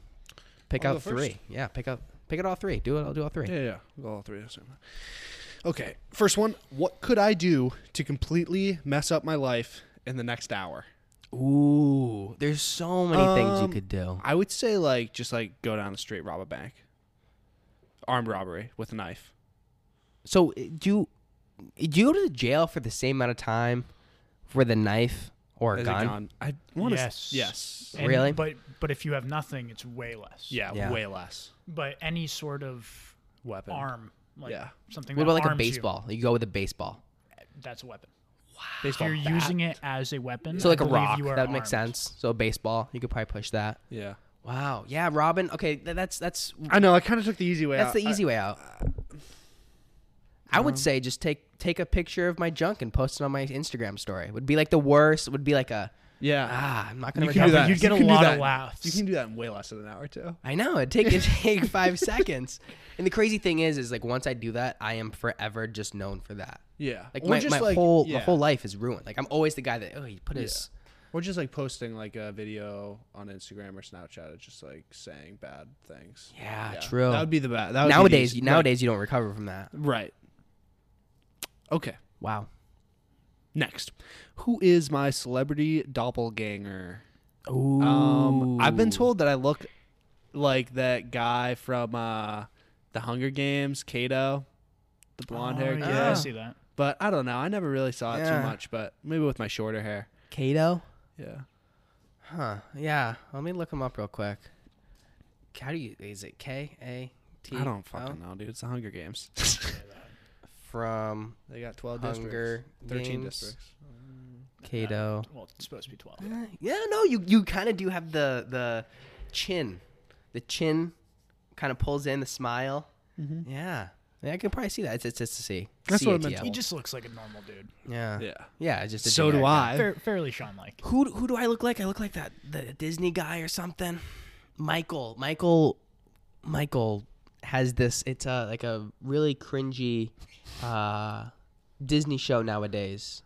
Speaker 1: pick
Speaker 2: I'll
Speaker 1: out
Speaker 2: go first.
Speaker 1: three. Yeah, pick out pick it all three. Do it. I'll do all three.
Speaker 2: Yeah, yeah. We'll go all three. at the same time. Okay. First one. What could I do to completely mess up my life in the next hour?
Speaker 1: Ooh, there's so many things you
Speaker 2: Um,
Speaker 1: could do.
Speaker 2: I would say like just like go down the street, rob a bank, armed robbery with a knife.
Speaker 1: So uh, do you, do you go to the jail for the same amount of time for the knife or a
Speaker 2: As
Speaker 1: gun?
Speaker 2: I want to.
Speaker 3: Yes.
Speaker 2: Yes.
Speaker 3: And-
Speaker 1: Really?
Speaker 3: But but if you have nothing, it's way less.
Speaker 2: Yeah,
Speaker 1: Yeah.
Speaker 2: Way less
Speaker 3: But any sort of
Speaker 2: weapon.
Speaker 3: arm, like
Speaker 2: Yeah.
Speaker 3: something.
Speaker 1: What
Speaker 3: that
Speaker 1: about like a
Speaker 3: arms you,
Speaker 1: baseball? You. go with a baseball.
Speaker 3: that's a weapon.
Speaker 2: Baseball
Speaker 3: If you're
Speaker 2: bat.
Speaker 3: using it as a weapon.
Speaker 1: So
Speaker 3: I
Speaker 1: like a
Speaker 3: believe
Speaker 1: rock.
Speaker 3: you
Speaker 1: That
Speaker 3: are
Speaker 1: would make
Speaker 3: armed.
Speaker 1: sense. So a baseball, you could probably push that.
Speaker 2: Yeah.
Speaker 1: Wow. Yeah, Robin. Okay, th- that's that's
Speaker 2: I know. I kind of took the easy way.
Speaker 1: that's
Speaker 2: out.
Speaker 1: the
Speaker 2: I-
Speaker 1: easy way out. I
Speaker 3: um,
Speaker 1: would say just take take a picture of my junk and post it on my Instagram story. Would be like the worst. Would be like a
Speaker 2: yeah.
Speaker 1: ah, I'm not gonna.
Speaker 2: you
Speaker 1: make
Speaker 2: can do
Speaker 1: that.
Speaker 2: that.
Speaker 3: You'd get
Speaker 2: You
Speaker 3: a
Speaker 2: can do
Speaker 3: lot of
Speaker 2: that.
Speaker 3: laughs.
Speaker 2: You can do that in way less than an hour too.
Speaker 1: I know it take it take five seconds. And the crazy thing is, is like once I do that, I am forever just known for that.
Speaker 2: Yeah.
Speaker 1: Like
Speaker 2: Or
Speaker 1: my,
Speaker 2: just,
Speaker 1: my
Speaker 2: like-
Speaker 1: whole
Speaker 2: yeah.
Speaker 1: my whole life is ruined. Like I'm always the guy that oh he put
Speaker 2: Yeah.
Speaker 1: his
Speaker 2: Or just like posting like a video on Instagram or Snapchat, of just like saying bad things.
Speaker 1: yeah, true.
Speaker 2: That would be the bad. That would be the
Speaker 1: nowadays
Speaker 2: easy-
Speaker 1: nowadays you don't recover from that.
Speaker 2: Right. right. Okay.
Speaker 1: Wow.
Speaker 2: Next, who is my celebrity doppelganger?
Speaker 1: Ooh.
Speaker 2: Um, I've been told that I look like that guy from uh, the Hunger Games, Kato, the blonde hair
Speaker 3: Oh,
Speaker 2: guy.
Speaker 3: yeah, I
Speaker 1: Ah.
Speaker 3: see that.
Speaker 2: But I don't know. I never really saw it
Speaker 1: Yeah.
Speaker 2: too much. But maybe with my shorter hair.
Speaker 1: Kato.
Speaker 2: Yeah.
Speaker 1: Huh. Yeah. Let me look him up real quick. How do you is it K A T?
Speaker 2: I don't fucking
Speaker 1: O?
Speaker 2: know, dude. It's the Hunger Games.
Speaker 1: From
Speaker 2: they got twelve
Speaker 1: Hunger
Speaker 2: districts, thirteen
Speaker 1: Games.
Speaker 2: districts.
Speaker 1: Kato.
Speaker 3: Well, it's supposed to be twelve.
Speaker 1: Eh, Yeah, no, you you kind of do have the the chin, the chin, kind of pulls in the smile. Yeah, yeah, I can probably see that. It's it's just to see.
Speaker 2: That's what I meant
Speaker 1: CATL.
Speaker 3: He just looks like a normal dude.
Speaker 1: Yeah, yeah,
Speaker 2: Yeah.
Speaker 1: it's just a
Speaker 2: So do
Speaker 1: generic guy.
Speaker 2: I.
Speaker 3: Fair, fairly Sean-like.
Speaker 1: Who who do I look like? I look like that the Disney guy or something. Michael, Michael, Michael has this. It's a like a really cringy uh, Disney show nowadays.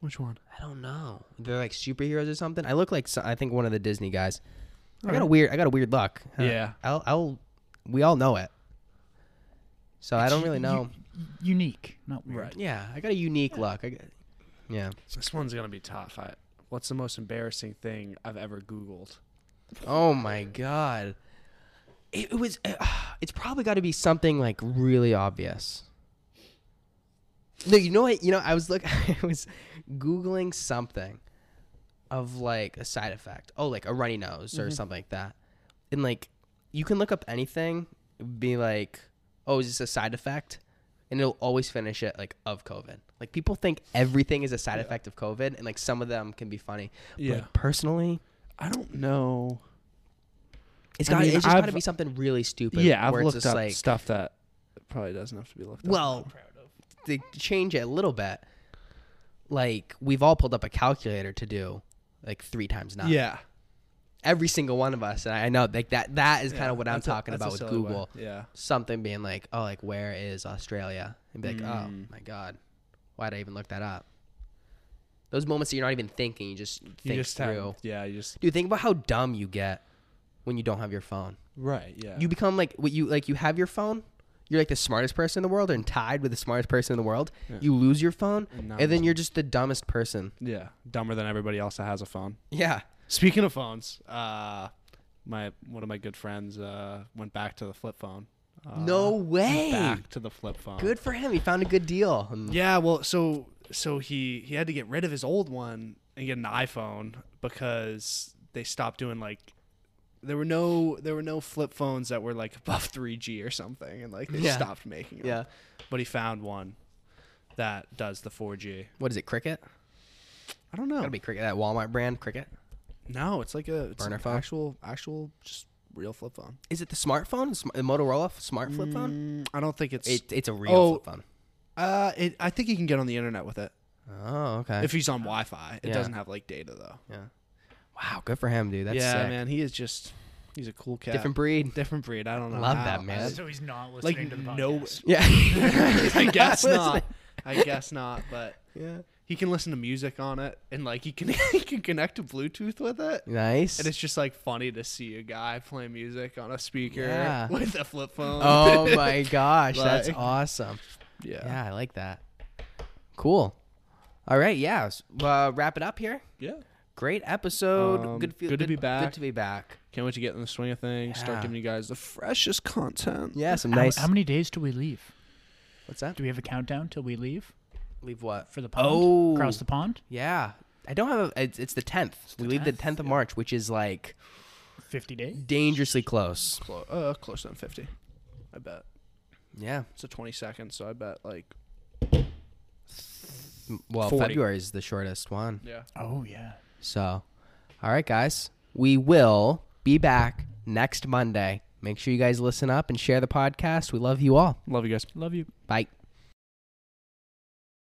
Speaker 2: Which one?
Speaker 1: I don't know. They're like superheroes or something. I look like so- I think one of the Disney guys. I got a weird. I got a weird luck.
Speaker 2: Yeah.
Speaker 1: I'll. I'll. We all know it. So I don't
Speaker 3: It's
Speaker 1: really
Speaker 3: u-
Speaker 1: know.
Speaker 3: u- unique, not weird.
Speaker 2: Right.
Speaker 1: yeah, I got a unique luck. I got, yeah.
Speaker 2: This one's gonna be tough. I, what's the most embarrassing thing I've ever Googled?
Speaker 1: Oh my god. It, it was. Uh, it's probably got to be something like really obvious. No, you know what? You know, I was look. I was googling something of like a side effect. Oh, like a runny nose or something like that. And like, you can look up anything. Be like, oh, is this a side effect? And it'll always finish it like of COVID. Like people think everything is a side effect of COVID, and like some of them can be funny. But
Speaker 2: Yeah.
Speaker 1: like, personally,
Speaker 2: I don't know.
Speaker 1: It's
Speaker 2: I
Speaker 1: got.
Speaker 2: mean,
Speaker 1: it's just got to
Speaker 2: I've-
Speaker 1: be something really stupid.
Speaker 2: yeah, I've
Speaker 1: where it's
Speaker 2: looked
Speaker 1: just
Speaker 2: up
Speaker 1: like,
Speaker 2: stuff that probably doesn't have to be looked up.
Speaker 1: Well, to change it a little bit, like we've all pulled up a calculator to do like three times nine.
Speaker 2: yeah,
Speaker 1: every single one of us. And I know like that. That is kind of what I'm
Speaker 2: That's a-
Speaker 1: talking
Speaker 2: that's a
Speaker 1: about with
Speaker 2: silly way.
Speaker 1: Google.
Speaker 2: Yeah,
Speaker 1: Something being like, oh, like where is Australia? And be like, oh
Speaker 2: Mm.
Speaker 1: my god, why did I even look that up? Those moments that you're not even thinking, you just think
Speaker 2: you just have-
Speaker 1: through.
Speaker 2: yeah, you just
Speaker 1: Dude, think about how dumb you get when you don't have your phone.
Speaker 2: right. Yeah,
Speaker 1: you become like what you like you have your phone you're like the smartest person in the world and tied with the smartest person in the world
Speaker 2: Yeah.
Speaker 1: you lose your phone
Speaker 2: And
Speaker 1: and,
Speaker 2: now
Speaker 1: then you're just the dumbest person
Speaker 2: yeah dumber than everybody else that has a phone.
Speaker 1: yeah
Speaker 2: Speaking of phones, uh, my one of my good friends uh, went back to the flip phone. Uh,
Speaker 1: no way
Speaker 2: back to the flip phone.
Speaker 1: good for him he found a good deal Mm.
Speaker 2: Yeah, well, so so he he had to get rid of his old one and get an iPhone because they stopped doing like there were no there were no flip phones that were like above 3G or something and like they
Speaker 1: Yeah.
Speaker 2: stopped making them.
Speaker 1: yeah
Speaker 2: But he found one that does the 4G.
Speaker 1: what is it cricket
Speaker 2: Oh. I don't know.
Speaker 1: gotta be cricket that walmart brand cricket
Speaker 2: no, it's like a it's
Speaker 1: Burner
Speaker 2: an
Speaker 1: phone?
Speaker 2: actual actual just real flip phone.
Speaker 1: is it the smartphone the sm- the motorola f- smart flip phone
Speaker 2: Mm, I don't think it's
Speaker 1: it, it's a real
Speaker 2: Oh.
Speaker 1: flip phone
Speaker 2: uh it, I think he can get on the internet with it.
Speaker 1: oh okay
Speaker 2: If he's on Wi-Fi. It
Speaker 1: Yeah.
Speaker 2: doesn't have like data though.
Speaker 1: yeah wow good for him dude that's
Speaker 2: yeah,
Speaker 1: sick
Speaker 2: man, he is just He's a cool cat.
Speaker 1: Different breed.
Speaker 2: different breed. I don't know.
Speaker 1: Love
Speaker 2: how.
Speaker 1: that, man.
Speaker 3: So he's not
Speaker 2: Like
Speaker 3: listening to the podcast.
Speaker 2: no,
Speaker 1: Yeah.
Speaker 2: I guess
Speaker 1: Not
Speaker 2: not.
Speaker 1: listening.
Speaker 2: I guess not. But
Speaker 1: Yeah.
Speaker 2: he can listen to music on it, and like he can he can connect to Bluetooth with it.
Speaker 1: Nice.
Speaker 2: And it's just like funny to see a guy play music on a speaker
Speaker 1: Yeah.
Speaker 2: with a flip phone.
Speaker 1: oh my gosh, that's
Speaker 2: Like-
Speaker 1: awesome.
Speaker 2: yeah.
Speaker 1: Yeah, I like that. Cool. All right, yeah. s- Uh, wrap it up here.
Speaker 2: Yeah.
Speaker 1: Great episode.
Speaker 2: Um,
Speaker 1: good, feel,
Speaker 2: good to be
Speaker 1: Good
Speaker 2: back.
Speaker 1: to be back.
Speaker 2: Can't wait to get in the swing of things.
Speaker 1: Yeah.
Speaker 2: Start giving you guys the freshest content.
Speaker 1: Yeah, some
Speaker 3: How-
Speaker 1: nice.
Speaker 3: How, many days do we leave?
Speaker 1: what's that?
Speaker 3: Do we have a countdown till we leave
Speaker 1: Leave what?
Speaker 3: for the pond?
Speaker 1: Oh.
Speaker 3: Across the pond?
Speaker 1: Yeah. I don't have a. It's, it's the tenth. we leave the tenth of March, which is like
Speaker 3: 50 days?
Speaker 1: dangerously close.
Speaker 2: Close, uh, close than fifty. I bet
Speaker 1: Yeah.
Speaker 2: it's a twenty second, so I bet like
Speaker 1: M- Well,
Speaker 2: 40.
Speaker 1: February is the shortest one.
Speaker 2: yeah.
Speaker 3: Oh, yeah.
Speaker 1: So, all right, guys, we will be back next Monday. Make sure you guys listen up and share the podcast. We love you all.
Speaker 2: Love you guys.
Speaker 3: Love you.
Speaker 1: Bye.